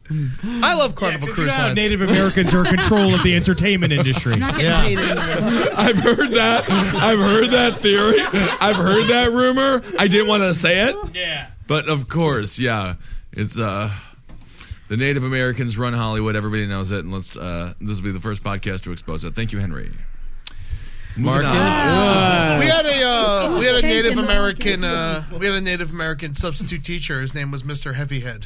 love Carnival Cruise
How
Lines.
Native Americans are in control of the entertainment industry.
Yeah.
I've heard that. I've heard that theory. I've heard that rumor. I didn't want to say it. Yeah. But of course, yeah. It's uh the Native Americans run Hollywood. Everybody knows it. And let's uh this will be the first podcast to expose it. Thank you, Henry. Marcus.
We had a uh, we had a
Who's
Native
taking the
American uh, we had a Native American substitute teacher. His name was Mr. Heavyhead.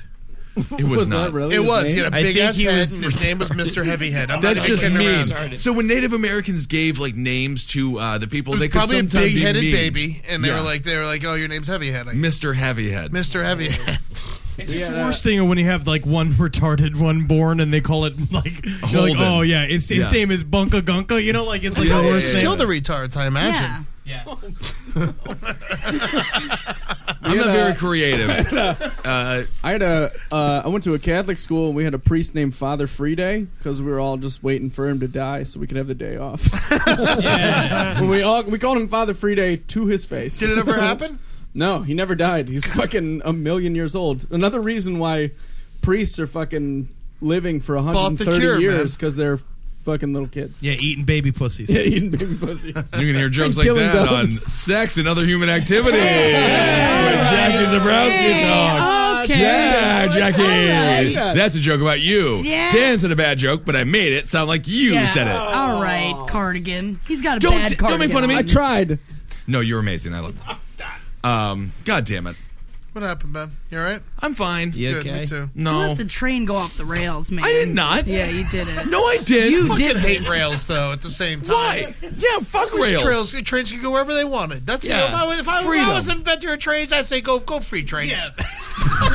It was,
Was that
not
really
It
his
was. He
name?
had a
I
big
think
ass
he
head,
was
and his name was Mr. Heavyhead. I'm
That's
not
just
even kidding
mean.
around.
So when Native Americans gave like names to uh, the people, they could
Probably a
sometimes
big
be
headed
mean.
baby, and they
Yeah.
were like, they were like, oh, your name's Heavyhead, I-
Mr. Heavyhead.
Mr. Heavyhead.
It's just the worst thing when you have like one retarded, one born, and they call it like, you're like
Holden.
oh yeah, it's, his
Yeah.
name is Bunka Gunka. You know, like it's like
Yeah,
the
yeah,
worst
yeah,
thing.
Kill the retards, I imagine.
I'm not very creative. uh,
I had a. Uh, I went to a Catholic school and we had a priest named Father Friday because we were all just waiting for him to die so we could have the day off. When we all we called him Father Friday to his face.
Did it ever happen?
no, he never died. He's fucking a million years old. Another reason why priests are fucking living for
Bought the
130
cure,
years because they're fucking little kids.
Yeah, eating baby pussies.
Yeah, eating baby pussy.
You can hear
And
jokes like
killing
that on
dogs.
sex and other human activities with Jackie Zabrowski talks.
okay.
Yeah, Jackie.
All right.
That's a joke about you.
Yeah.
Dan's in a bad joke, but I made it sound like you
Yeah.
said it.
All right, cardigan. He's got a
Don't-
bad cardigan.
don't make fun of me.
on.
I
tried.
No, you're amazing. I love it. Um, God damn it.
What happened, man? You all right?
I'm fine.
You Good, me okay? too.
You
No.
let the train go off the rails, man.
I did not.
Yeah, you did it.
No, I did.
You
I
did
fucking hate
this.
rails though. At the same time,
Why? Yeah, fuck
I wish
rails.
Trails, trains could go wherever they wanted. That's
Yeah.
if I was if I, if I
Freedom.
was an inventor of trains, I'd say go go free trains.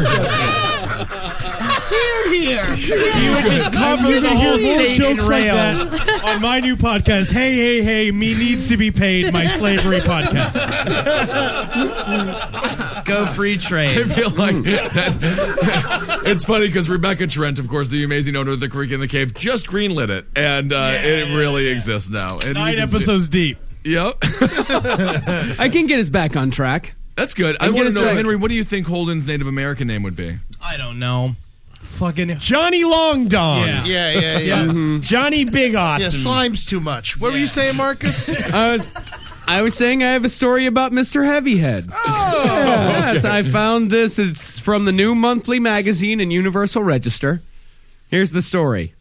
Here, here.
You would just cover the whole more jokes like that on my new podcast. Hey, hey, hey! Me needs to be paid. My slavery podcast.
Go free
I
train.
feel like that- it's funny because Rebecca Trent, of course, the amazing owner of the Creek in the Cave, just greenlit it, and uh, it really exists now. And you
Nine
can see-
episodes deep.
Yep.
I can get us back on track.
That's good. I
And
want
get
to
us
know,
back.
Henry, what do you think Holden's Native American name would be?
I don't know. Fucking Johnny Long Dong.
Yeah. Yeah, yeah, yeah.
Mm-hmm.
Johnny Big Awesome.
Yeah, slime's too much. What were you saying, Marcus?
I was, I was saying I have a story about Mr. Heavyhead. yes, I found this. It's from the new monthly magazine and Universal Register. Here's the story.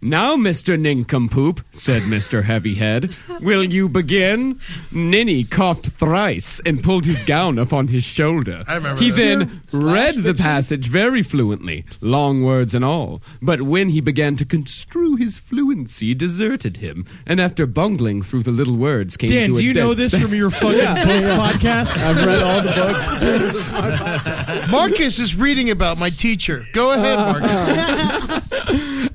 Now, Mr. Nincompoop, said Mr. Heavyhead, will you begin? Ninny coughed thrice and pulled his gown upon his shoulder. I
remember
he
this.
then read the passage very fluently, long words and all, but when he began to construe his fluency, deserted him, and after bungling through the little words came
Dan,
to a
do you
dead
know this
stand.
from your fucking
Yeah.
book
Yeah.
podcast?
I've read all the
books.
Marcus is reading about my teacher. Go ahead, Marcus.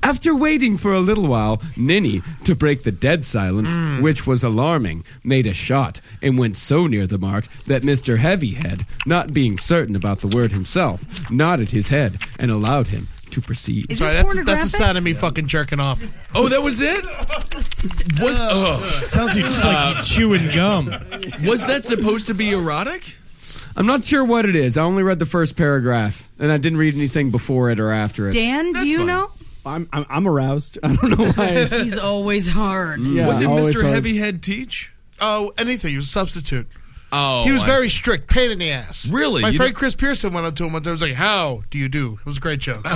After waiting for a little while, Ninny, to break the dead silence, which was alarming, made a shot and went so near the mark that Mr. Heavyhead, not being certain about the word himself, nodded his head and allowed him to proceed.
Sorry, that's, that's the sound of me fucking jerking off.
Oh, that was it? Was, ugh.
Sounds like just like
Uh,
chewing gum.
Was that supposed to be erotic?
I'm not sure what it is. I only read the first paragraph, and I didn't read anything before it or after it.
Dan, do you know?
I'm, I'm I'm aroused. I don't know why.
He's always hard.
Yeah,
what did
always
Mr.
hard.
Heavyhead teach?
Oh, anything. He was a substitute.
Oh,
he was
I
very
see.
strict, pain in the ass.
Really?
My
You
friend
don't-
Chris Pearson went up to him one time. and was like, "How do you do?" It was a great joke.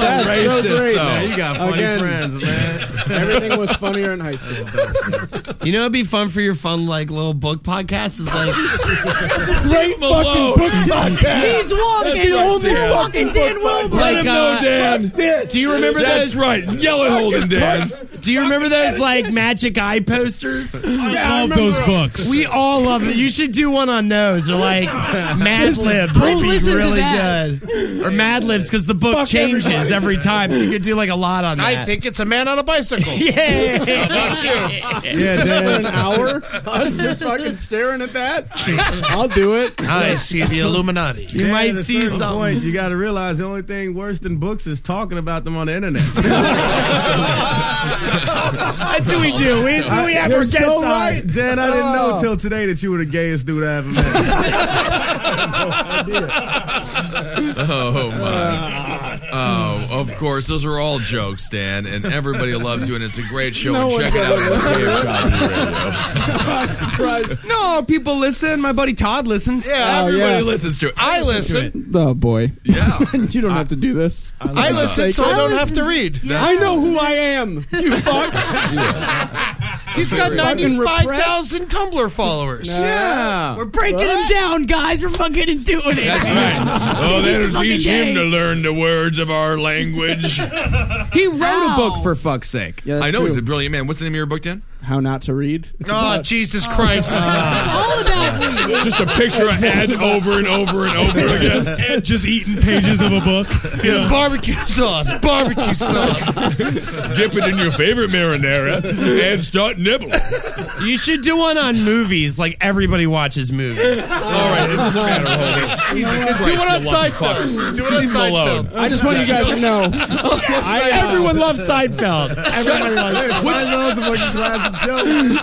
Oh,
That's so great.
man. You got funny
Again.
friends, man.
Everything was funnier in high school.
You know, it'd be fun for your fun like little book podcast. Is like
Great
him alone.
fucking book podcast.
He's walking.
That's right,
only
Dan.
walking Dan Wilbur.
Like, uh, Do you remember that?
That's
as-
right. Yell at Holden, Dan.
Do you remember those like magic eye posters? I
love those books.
We all love them. You should do one on those, or like Mad
This is
Libs.
great.
would be
Listen to
really
that.
good. Or Mad Libs because the book
Fuck
changes
everybody.
every time, so you could do like a lot on that.
I think it's a man on a bicycle.
Yeah.
How about you?
Yeah, an hour. I was just fucking staring at that. I'll do it.
I see the Illuminati.
You
Dan,
might
at a
see
certain
something.
Point, you got to realize the only thing worse than books is talking about them on the internet.
That's what we do. We, that's what we have
You're
our guests
so
on.
right, Dan. I didn't know
Oh.
till today that you were the gayest dude I ever met.
Oh my! Oh, of course, those are all jokes, Dan, and everybody loves you, and it's a great show.
No
and
one's
check it out.
gonna
on
listen.
CFW Radio.
I'm surprised.
No, people listen. My buddy Todd listens.
Yeah.
Oh, yeah.
Everybody listens to it.
I
To
listen.
it. Oh boy.
Yeah.
you don't have to do this.
I listen, so I don't have to read.
Oh.
I know who I am. You fuck.
He's got
Fucking repressed.
95,000 Tumblr followers.
Yeah.
We're breaking him down, guys. We're fucking and doing it.
That's right. Oh, that'll
fucking
teach
gay.
him to learn the words of our language.
He wrote a book for fuck's sake.
Yeah, that's
I know he's
true.
a brilliant man. What's the name of your book, Dan?
How not to read? It's
Oh,
about-
Jesus Christ.
It's all about reading.
Just a picture of Ed over and over and over again.
Ed just eating pages of a book.
Yeah, barbecue sauce. Barbecue sauce.
Dip it in your favorite marinara and start nibbling.
You should do one on movies. Like everybody watches movies.
All right, it doesn't matter, Holden. Jesus Christ,
Do it
you
on
lucky fucker.
Seinfeld. Do it on
Leave him alone.
Seinfeld.
I just want you guys to know. I, uh,
Everyone loves Seinfeld. Everyone loves.
Seinfeld's a fucking classic show.
You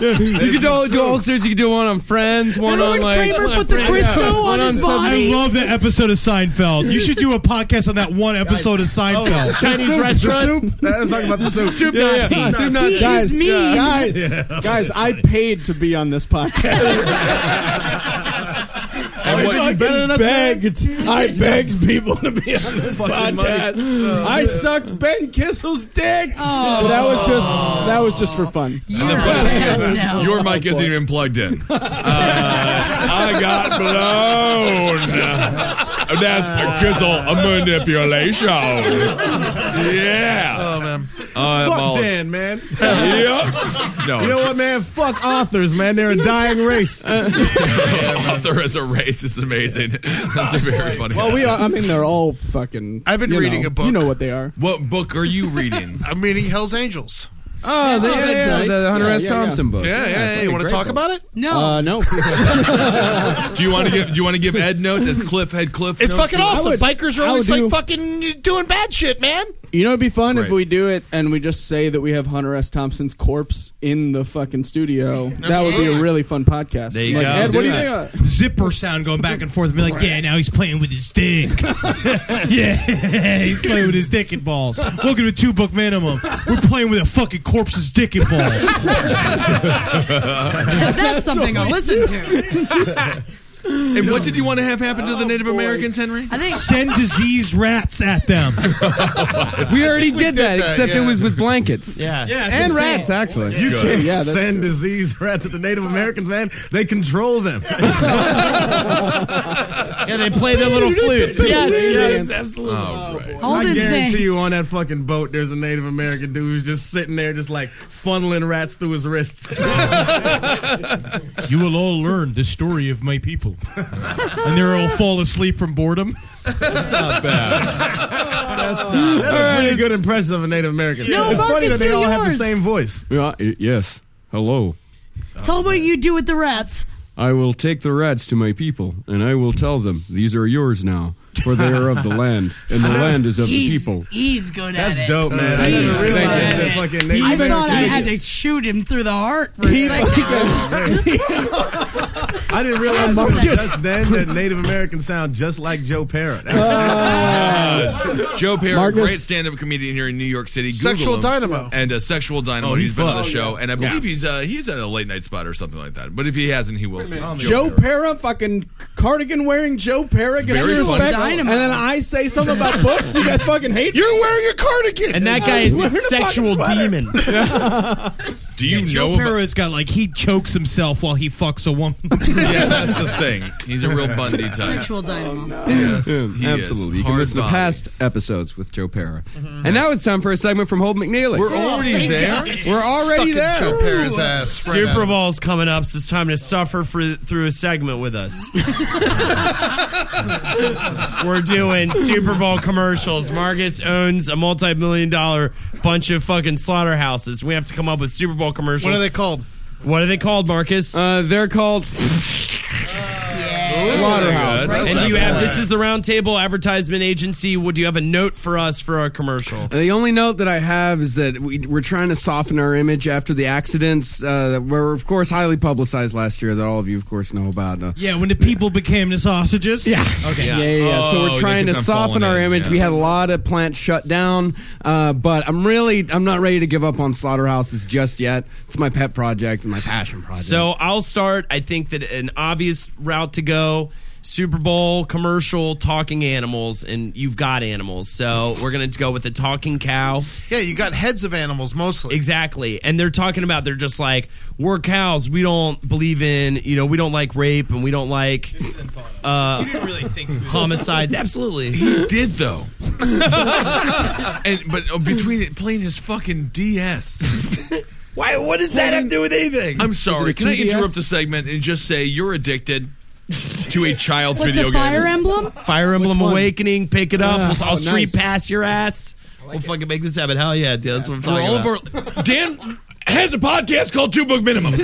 could do, do all sorts. You could do one on Friends, one
Remember
on
when
like
Kramer put the
Yeah.
Crisco
One
on his
some-
body?
I love that episode of Seinfeld. You should do a podcast on that one episode of Seinfeld.
Chinese restaurant.
Let's talk about the soup.
Yeah, yeah. Soup Nazi.
guys,
me.
guys, guys, I paid to be on this podcast.
And what-
I
better than us,
begged. I begged people to be on this
Fucking
podcast.
Uh,
I sucked Ben Kissel's dick. But that was just that was just for fun.
And the funny thing is,
No.
uh, your mic
Oh,
isn't even plugged in. Uh, I got blown. That's a kizzle a manipulation. Yeah.
Oh, man.
I'm
Fuck
all-
Dan, man.
Yep. No.
You know what, man? Fuck authors, man. They're a dying race.
Author as a race is amazing. That's a very funny.
Well, we are. I mean, they're all fucking.
I've been
you
reading
know,
a book.
You know what they are.
What book are you reading?
I'm reading Hell's Angels.
Oh, the,
Oh,
yeah,
that's
yeah,
nice.
the Hunter
Yeah,
S.
yeah,
Thompson
yeah.
book.
Yeah, yeah, yeah. You want to talk about it?
No.
Uh, no.
Do you want to give? Do you want to give Ed notes as Cliff head Cliff?
It's
notes?
fucking awesome.
would-
Bikers are
I
always
would
like
do-
fucking doing bad shit, man.
You know, it'd be fun if we do it and we just say that we have Hunter S. Thompson's corpse in the fucking studio. that would be a
Absolutely.
really fun podcast.
There you
Like,
go.
Ed, what do you think? of-
Zipper sound going back and forth. Be like, yeah, now he's playing with his dick. yeah, he's playing with his dick and balls. Welcome to two book minimum. We're playing with a fucking corpse's dick and balls.
That's something I'll listen to.
And what did you want to have happen to the
Oh,
Native Americans, Henry?
I think
Send disease rats at them.
we already did, that,
did that,
except it
yeah.
was with blankets.
Yeah. Yeah, that's
and
what I'm
rats
saying.
actually.
You can't
yeah, that's
send disease rats at the Native Americans, man. They control them.
Yeah, they play their little flutes. Yes, yes, absolutely.
I
Alden's
guarantee
saying-
you on that fucking boat, there's a Native American dude who's just sitting there, just like funneling rats through his wrists.
You will all learn the story of my people. and they'll all fall asleep from boredom.
That's not bad. That's a pretty good impression of a Native American.
No,
it's
Marcus,
funny that they
do
all have the
yours.
same voice.
Yeah, y- yes. Hello.
Tell them what you do with the rats.
I will take the rats to my people, and I will tell them, these are yours now, for they are of the land, and the land is of the
He's-
people.
He's good
That's
at it.
dope, man. I
He's
never
good
realized
at
that
it.
fucking Native
I thought I
American-
had to shoot him through the heart for a second.
I didn't realize
Marcus.
just then that Native Americans sound just like Joe Parra.
Uh, Joe Perry,
Marcus-
great stand-up comedian here in New York City. Google
Sexual
him.
Dynamo.
and uh, sexual dynamo.
Oh,
he's
he's
been on the
fun.
show,
Yeah.
and I
Yeah.
believe he's uh, he's at a late night spot or something like that. But if he hasn't, he will. see.
Joe Para, fucking cardigan wearing Joe Para, gets
Very
your
fun.
respect. And
Dynamo.
then I say something about books. You guys fucking hate.
You're wearing a cardigan,
And that guy is a sexual demon.
Do you
Joe
know?
Perra's got like he chokes himself while he fucks a woman.
yeah, that's the thing. He's a real Bundy type.
Sexual dynamo.
Yes,
Yeah,
he is.
absolutely. You can
Hard
listen to
body.
past episodes with Joe Para. And now it's time for a segment from Hold McNeely.
We're Oh, already thank there? God.
We're already
Sucking
there.
Joe
Para's ass. Right at
Super
him.
Bowl's coming up, so it's time to suffer for, through a segment with us. We're doing Super Bowl commercials. Marcus owns a multi-million dollar bunch of fucking slaughterhouses. We have to come up with Super Bowl commercials.
What are they called?
What are they called, Marcus?
Uh, they're called
Slaughterhouse.
Right.
And do you
That's
have
right.
this is the Roundtable Advertisement Agency. Would you have a note for us for our commercial?
The only note that I have is that we, we're trying to soften our image after the accidents uh, that were, of course, highly publicized last year that all of you, of course, know about. Uh,
Yeah, when the people became the sausages. Yeah. Okay.
Yeah, yeah. yeah.
Oh,
so we're trying to soften our image. We had a lot of plants shut down, uh, but I'm really I'm not ready to give up on slaughterhouses just yet. It's my pet project and my passion project.
So I'll start. I think that an obvious route to go Super Bowl commercial talking animals, and you've got animals. So we're going to go with the talking cow.
Yeah, you got heads of animals mostly.
Exactly. And they're talking about, they're just like, we're cows. We don't believe in, you know, we don't like rape and we don't like uh, homicides. Absolutely.
He did though. and but uh, between it, playing his fucking DS.
Why? What does that have to do with anything?
I'm
Is it
sorry.
a
Can I
2DS?
interrupt the segment and just say you're addicted to a child's
What, to
video
Fire
game?
Emblem? Fire Emblem
one?
Awakening. Pick it up.
Ah,
We'll- I'll
oh,
street
nice.
pass your ass. we'll fucking make this happen. Hell yeah, dude. That's what I'm
For
talking
all
about.
of our Dan has a podcast called Two Book Minimum.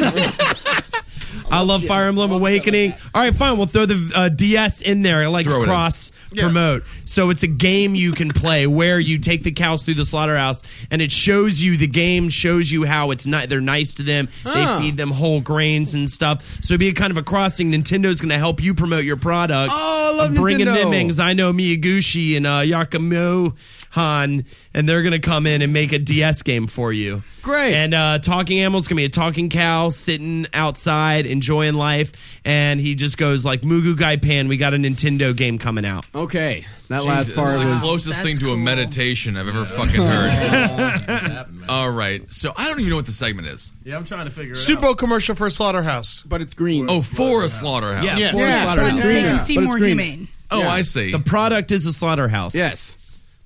Oh,
I love Fire Emblem Awakening. All right, fine. We'll throw the uh, DS in there. I like
Throw it
to
in.
cross promote. So it's a game you can play where you take the cows through the slaughterhouse, and it shows you the game shows you how it's not. They're nice to them.
Oh.
They feed them whole grains and stuff. So it'd be kind of a crossing. Nintendo's going to help you promote your product.
Oh, I love
I'm bringing
Nintendo.
them things. I know Miyaguchi and uh, Yakumo Han, and they're going to come in and make a DS game for you. Great. And uh, Talking Animal's going to be a talking cow sitting outside enjoying life. And he just goes like, Mugu Gai Pan, we got a Nintendo game coming out.
okay, that
Jesus,
last part
it's the
was
closest thing to a meditation I've ever fucking heard. All right, so I don't even know what the segment is.
Yeah, I'm trying to figure
Super Bowl commercial for a slaughterhouse,
but it's green.
Oh, for a slaughterhouse.
Yeah, for a Yeah, slaughterhouse. trying to make them seem But it's more green. humane.
Oh,
Yeah.
I see.
The product is a slaughterhouse.
Yes.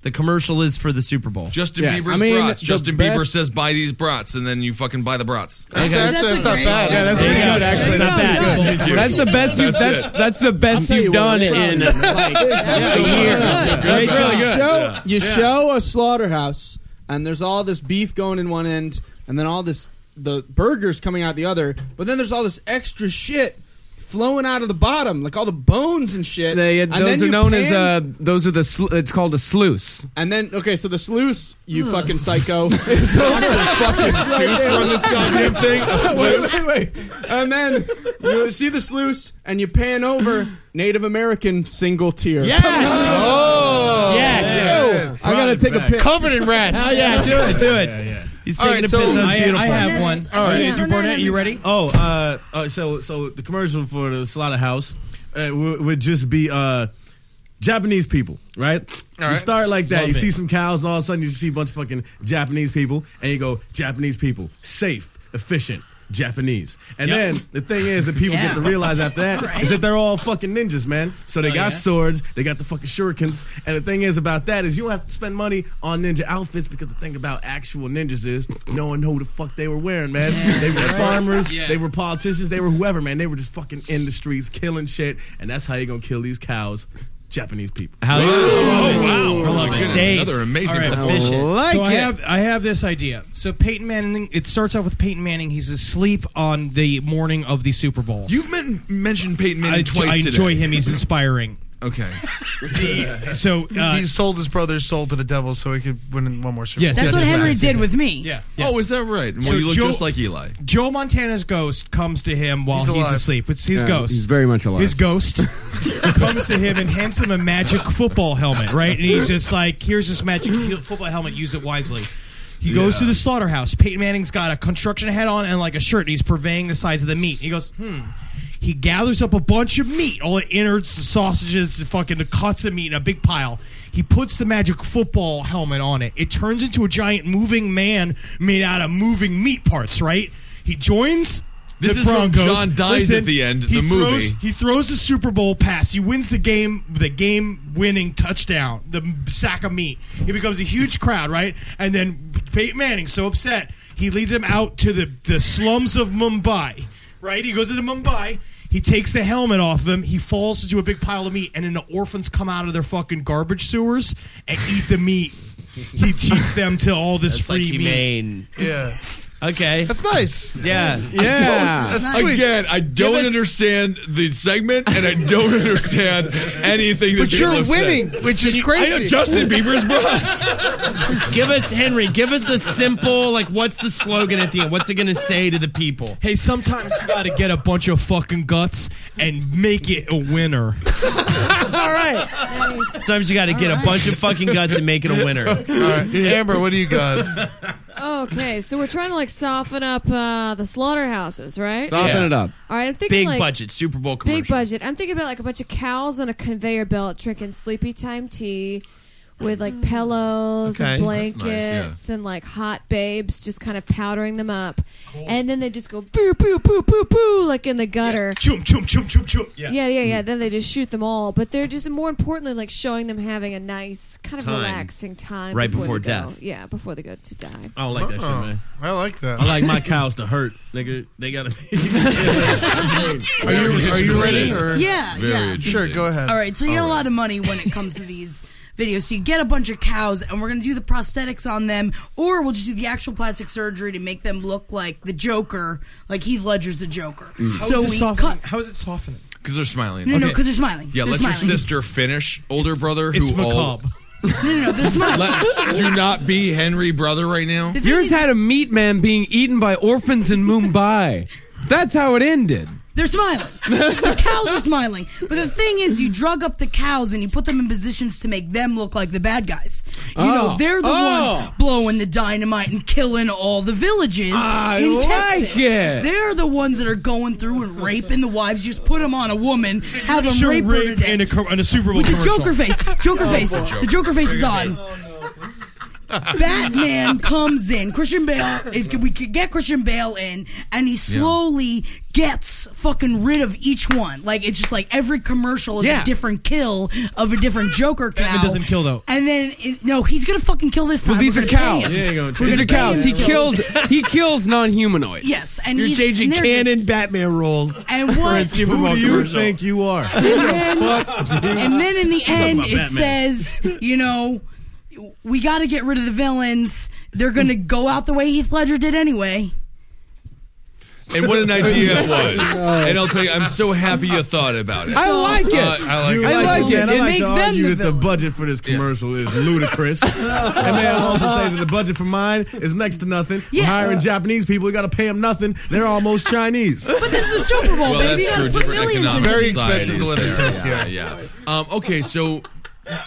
The commercial is for the Super Bowl.
Justin Bieber's brats. Justin Bieber says buy these brats, and then you fucking buy the brats.
That's Okay. actually-
that's not bad.
Yeah, that's
There
pretty
you go.
good. Actually,
That's not bad.
That's,
Thank
the
you.
best. You've,
That's
that's
it.
that's the best you've done in like a year.
uh,
That's
That's really
You
good.
show,
Yeah.
you
Yeah.
show a slaughterhouse, and there's all this beef going in one end, and then all this the burgers coming out the other. But then there's all this extra shit flowing out of the bottom, like all the bones and shit.
They, uh,
And then
those are
you
known as
pan-
uh, those are the slu- it's called a sluice.
And then okay, so the sluice, you fucking psycho, is fucking
sluice on this goddamn thing? A
Wait, wait, wait. And then you see the sluice, and you pan over Native American single tear. Yes.
Oh.
Yes. I gotta take a pic.
Covered in rats.
Hell yeah, do it, do it.
He's
All
taking
right,
a
so-
piss. That's
I- I
beautiful.
have one.
All right. Do Barnett, you ready?
Oh, uh, uh, so so the commercial for the slaughterhouse uh, would, would just be uh, Japanese people, right?
All
You
right.
start like that.
Love
you see
it.
some cows, and all of a sudden you see a bunch of fucking Japanese people, and you go, Japanese people, safe, efficient. Japanese, and
Yep.
then the thing is that people
Yeah.
get to realize after that is
Right.
that they're all fucking ninjas, man. So they
Oh,
got
yeah?
swords, they got the fucking shurikens, and the thing is about that is you don't have to spend money on ninja outfits because the thing about actual ninjas is no one know who the fuck they were wearing, man. They were
Right.
farmers,
Yeah.
they were politicians, they were whoever, man. They were just fucking in the streets killing shit, and that's how you're gonna kill these cows. Japanese people.
How-
Oh, wow.
Love
Goodness,
Safe.
Another amazing
All right,
performance.
efficient. Like
so I
it.
have I have this idea. So Peyton Manning. It starts off with Peyton Manning. He's asleep on the morning of the Super Bowl.
You've men- mentioned Peyton Manning
I,
twice
I
today.
enjoy him. He's inspiring.
Okay.
so
uh,
he sold his brother's soul to the devil so he could win one more Super
Yes,
Bowl.
That's yes, what yes, Henry yes, did yes,
with me.
Yeah.
Oh, is that right? Well,
So
you look
Joe-
just like Eli.
Joe Montana's ghost comes to him while
He's
he's,
alive.
asleep. It's his
Yeah,
ghost.
he's very much alive.
His ghost comes to him and hands him a magic football helmet, right? And he's just like, "Here's this magic he- football helmet. Use it wisely." He goes to the slaughterhouse. Peyton Manning's got a construction hat on and like a shirt. And he's purveying the size of the meat. He goes, "Hmm." He gathers up a bunch of meat, all the innards, the sausages, the fucking the cuts of meat in a big pile. He puts the magic football helmet on it. It turns into a giant moving man made out of moving meat parts, right? He joins
This
the
is from
Broncos.
John Dies
Listen,
at the End,
he
the movie.
throws- he throws the Super Bowl pass. He wins the game, the game-winning touchdown, the m- sack of meat. He becomes a huge crowd, right? And then Peyton Manning, so upset, he leads him out to the, the slums of Mumbai, right? He goes into Mumbai. He takes the helmet off of him. He falls into a big pile of meat, and then the orphans come out of their fucking garbage sewers and eat the meat. He cheats them to all this
That's like
free meat.
humane.
Yeah.
Okay.
That's nice.
Yeah.
I don't- Again, I don't
Give us-
understand the segment, and I don't understand anything. That
But you're
people have said.
winning, which is
I know
crazy.
Justin Bieber's butt.
give us Henry. Give us the simple. Like, what's the slogan at the end? What's it going to say to the people?
Hey, sometimes you gotta get a bunch of fucking guts and make it a winner.
All right. Sometimes you got to get a bunch of fucking guts and make it a winner.
Amber, what do you got?
Okay, so we're trying to like soften up uh, the slaughterhouses, right?
Soften Yeah. it
up.
All right, I'm thinking
Big
like,
budget Super Bowl commercial.
Big budget. I'm thinking about like a bunch of cows on a conveyor belt drinking sleepy time tea with like pillows
Okay.
and
That's
blankets
nice, yeah.
and like hot babes just kind of powdering them up. And then they just go poo poo poo poo poo like in the gutter.
Choom, choom, choom, choom, choom.
Yeah, yeah, yeah.
Mm.
Then they just shoot them all. But they're just more importantly like showing them having a nice kind of
Time.
relaxing time
Right before
they go-
death.
Yeah, before they go to die.
I don't like that shit,
Uh-uh.
man.
I like that.
I like my cows to hurt, nigga. They gotta be.
Are you- are you ready, or-
Yeah,
Very
yeah.
interesting. Sure, go ahead.
All right, so you
All
get a
right.
lot of money when it comes to these videos. So you get a bunch of cows, and we're going to do the prosthetics on them, or we'll just do the actual plastic surgery to make them look like the Joker, like Heath Ledger's the Joker.
Mm.
How
So
is it
we
softening?
cut.
How is it softening?
Because they're smiling.
No, no, 'cause they're smiling.
Yeah,
They're
let
smiling.
your sister finish, older brother.
It's
who
macabre.
No, no, no, they're smiling.
Let- do not be Henry brother right now.
Yours had a meat man being eaten by orphans in Mumbai. That's how it ended.
They're smiling. the cows are smiling. But the thing is, you drug up the cows and you put them in positions to make them look like the bad guys. You know,
Oh.
they're the
Oh.
ones blowing the dynamite and killing all the villages
I
in
like
Texas.
it.
They're the ones that are going through and raping the wives. You just put them on a woman, have them
Sure,
rape, her to
rape
death.
in a, com- in a Super Bowl
With the
commercial. Oh,
Joker face. Joker face. Oh, The Joker face is on. Batman comes in. Christian Bale. Is, we could get Christian Bale in, and he
Yeah.
slowly gets fucking rid of each one. Like it's just like every commercial is
Yeah.
a different kill of a different Joker cow.
Batman doesn't kill, though.
And then it, no, he's gonna fucking kill this time.
Well, these
We're
are
gonna pay
cows.
him. We're
These
gonna
are
pay
cows.
him.
He kills. He kills non-humanoids.
Yes, and
You're
he's,
changing
and they're
canon
just-
Batman rules
And
for a
what-
Super
Who
Bowl
do you
commercial.
think you are?
And then, and then in the
Talking
end,
about
it
Batman.
says, you know, we got to get rid of the villains. They're going to go out the way Heath Ledger did anyway.
And what an idea it was.
No.
And I'll tell you, I'm so happy you thought about it.
I like it.
Uh, I like
You
it.
man. I like to argue that the budget for this commercial is ludicrous. and then I also say that the budget for mine is next to nothing. We're
Uh,
hiring Japanese people, we got to pay them nothing. They're almost Chinese.
But this is the Super Bowl,
well,
baby.
that's true. Different economic
Very
societies
expensive to live in
there.
Tokyo.
Yeah, yeah. Um, okay, so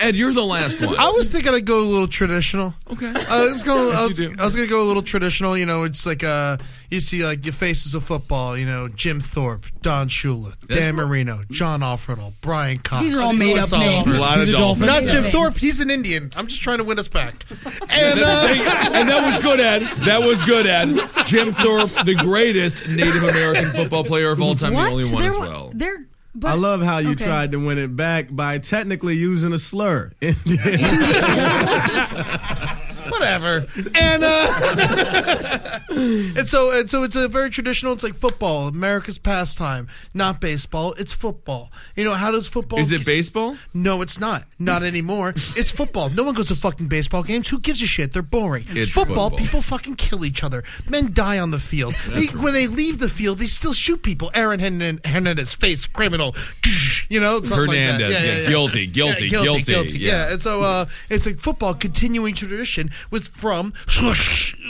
Ed, you're the last one.
I was thinking I'd go a little traditional.
Okay.
I was going. I
Yes,
was,
you do.
I was going to go a little traditional. You know, it's like uh, you see like your faces of football. You know, Jim Thorpe, Don Shula,
That's
Dan Marino, John Offredall, Brian Cox.
These are all made-up
Lewis
names.
Oliver.
A lot of These are dolphins.
Not
dolphins.
Jim
Yeah.
Thorpe. He's an Indian. I'm just trying to win us back.
And,
And uh,
that was good, Ed. That was good, Ed. Jim Thorpe, the greatest Native American football player of all time, the only one as well.
They're.
I love how you
okay.
tried to win it back by technically using a slur.
whatever. And uh, and so and so it's a very traditional. It's like football, America's pastime, not baseball. It's football. You know how does football?
Is it baseball?
No, it's not. Not anymore. it's football. No one goes to fucking baseball games. Who gives a shit? They're boring.
It's
football.
football.
People fucking kill each other. Men die on the field. They, when they leave the field, they still shoot people. Aaron Hern- Hernandez, face criminal. You know, something like that.
Hernandez, yeah, guilty, guilty,
guilty,
guilty,
Yeah.
yeah.
and so uh, it's like football continuing tradition was from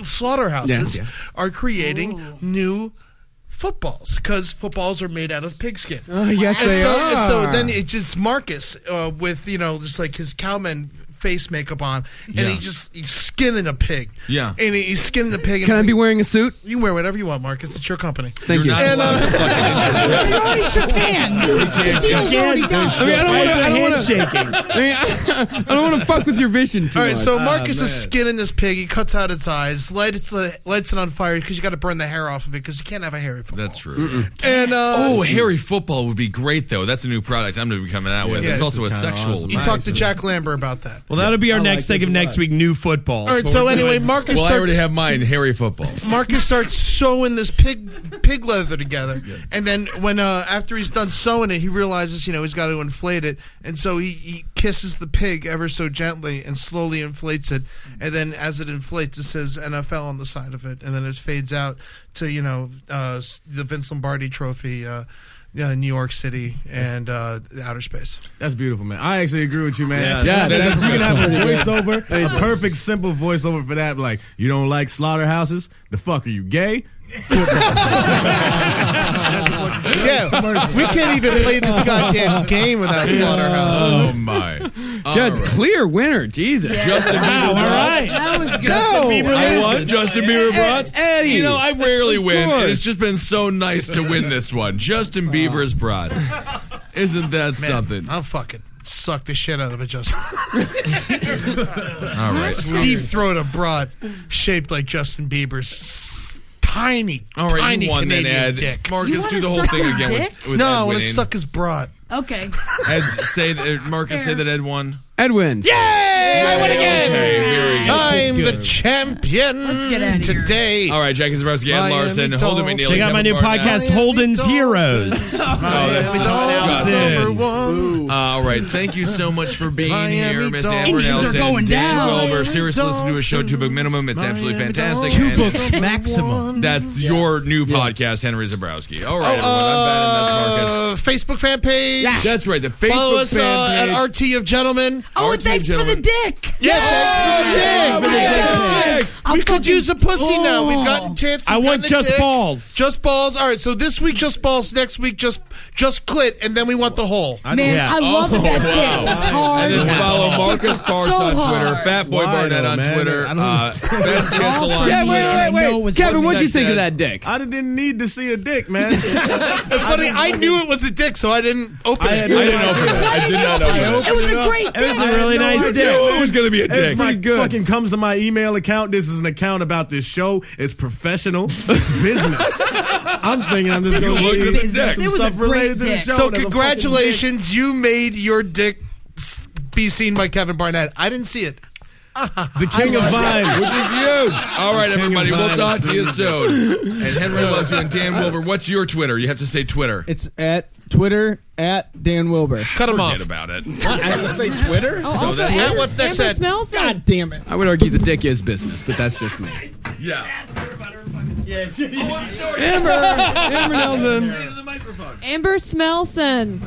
slaughterhouses
Yeah.
are creating new footballs because footballs are made out of pigskin.
Oh, yes,
and
they
so, And so
are.
then it's just Marcus uh, with you know just like his cowman face makeup on, and
Yeah.
he just he's skinning a pig.
Yeah.
and he- he's skinning the pig.
Can I
and
be wearing a suit?
You can wear whatever you want, Marcus. It's your company.
Thank you.
And, uh,
We already shook hands. We can't The deal's shake already hands. done.
I mean, I don't want to. I don't want to.
Handshaking.
I mean, I, I don't want to fuck with your vision too
All right,
much. Ah,
so Marcus is skinning this pig. He cuts out its eyes, lights the lights it on fire because you got to burn the hair off of it because you can't have a hairy.
That's true.
And uh,
oh, hairy football would be great though. That's a new product I'm going to be coming out with.
Yeah,
it's
this
also a
is kinda
sexual.
You talked to Jack Lambert about that.
Well, that'll
be our next
like
segment next week. New football.
All right, so anyway, Marcus
Well, I already
starts-
have mine. Hairy football.
Marcus starts sewing this pig pig leather together, and then when uh, after he's done sewing it, he realizes you know he's got to inflate it, and so he, he kisses the pig ever so gently and slowly inflates it, and then as it inflates, it says NFL on the side of it, and then it fades out to you know uh, s- the Vince Lombardi Trophy, uh, uh, New York City, and uh, outer space.
That's beautiful, man. I actually agree with you, man.
Yeah.
Yeah,
Yeah,
that-
that's
you can have a
awesome.
voiceover.
Yeah.
It's a perfect, simple voiceover for that. Like, you don't like slaughterhouses? The fuck are you gay?
yeah, we can't even play this goddamn game without slaughterhouse.
Oh my!
Good, clear winner. Jesus.
Justin Bieber.
Wow, all right.
That
was
good. Justin Bieber
I
wins.
won. Justin Bieber
Ed-
brought.
Eddie.
You know, I rarely
Of
win, and
course.
it's just been so nice to win this one. Justin Bieber's brats. Isn't that something?
I'll fucking suck the shit out of it, Justin.
All right.
Deep throat abroad, shaped like Justin Bieber's tiny,
All right,
tiny
you won then,
Canadian
Ed.
dick.
Marcus, You do wanna the whole suck thing his again with- dick? with
no,
Ed
I want to
winning.
suck his broad.
Okay.
Ed, say that. Marcus, say that Ed won.
Ed wins.
Yay! I win again.
Okay, here we go.
I'm the champion today.
All right, Jackie Zabrowski, Ed
Miami
Larson,
Dolphins.
Holden McNeely.
Check out my
Kevin
new
Barnett.
podcast, Holden Zeros.
Oh, that's
Miami
disgusting.
Dolphins number one.
Uh, all right, thank you so much for being here, Miss Amber
Dolphins. Indians are
Nelson.
going
Dan
down.
Wilber. Seriously, listen to a show, Two Book Minimum. It's absolutely fantastic.
Two
And
books maximum.
That's your new podcast, Henry Zabrowski. All right, everyone, I'm Ben, and that's Marcus.
Uh, Facebook fan page.
That's right, the Facebook
Follow us
fan
uh,
page.
at RT of Gentlemen.
Oh, and thanks for the dick. Oh
Yeah,
Yeah,
thanks for the dick.
yeah,
Yeah.
yeah. I'm
We could
fucking-
use a pussy now. We've gotten
Oh.
tits.
I
we've
want
gotten a
just
dick.
balls.
Just balls. All right. So this week, just balls. Next week, just just clit, and then we want the hole.
Man, I love that dick. That's hard.
And then follow
Wow.
Marcus
So
Bars on Twitter,
hard.
Fat Boy
Why
Barnett
though,
on
man?
Twitter.
I don't-
Uh, Ben Kissel on
Yeah, wait, wait, wait, wait. Kevin, what'd you
Next,
think of
Ed.
that dick?
I didn't need to see a dick, man.
It's funny. I knew it was a dick, so I didn't open
I
it.
had no I didn't idea. open it. I did not open it. It was a great
It was a
I
really
had no
nice
idea.
dick.
It was gonna be a
It's
dick.
my
Pretty good.
Fucking comes to my email account. This is an account about this show. It's professional. It's business. I'm thinking I'm just
This
gonna
is
look at the
business.
dick.
It
Some
was a
stuff related to the
So
show. That's a fucking dick.
congratulations, you made your dick s- be seen by Kevin Barnett. I didn't see it.
The king of Vine,
which is huge. All right,
King of
everybody, we'll
Vine.
talk to you soon. And Henry loves you. And Dan Wilber, what's your Twitter? You have to say Twitter.
It's at Twitter at Dan Wilbur.
Cut him
Forget about it.
I have to say Twitter.
No, also that's- Amber-
what's next, Amber Ed?
God damn it!
I would argue the dick is business, but that's just me.
Yeah.
Yeah.
Oh, I'm sorry.
Amber. Amber Nelson.
Amber Smelson.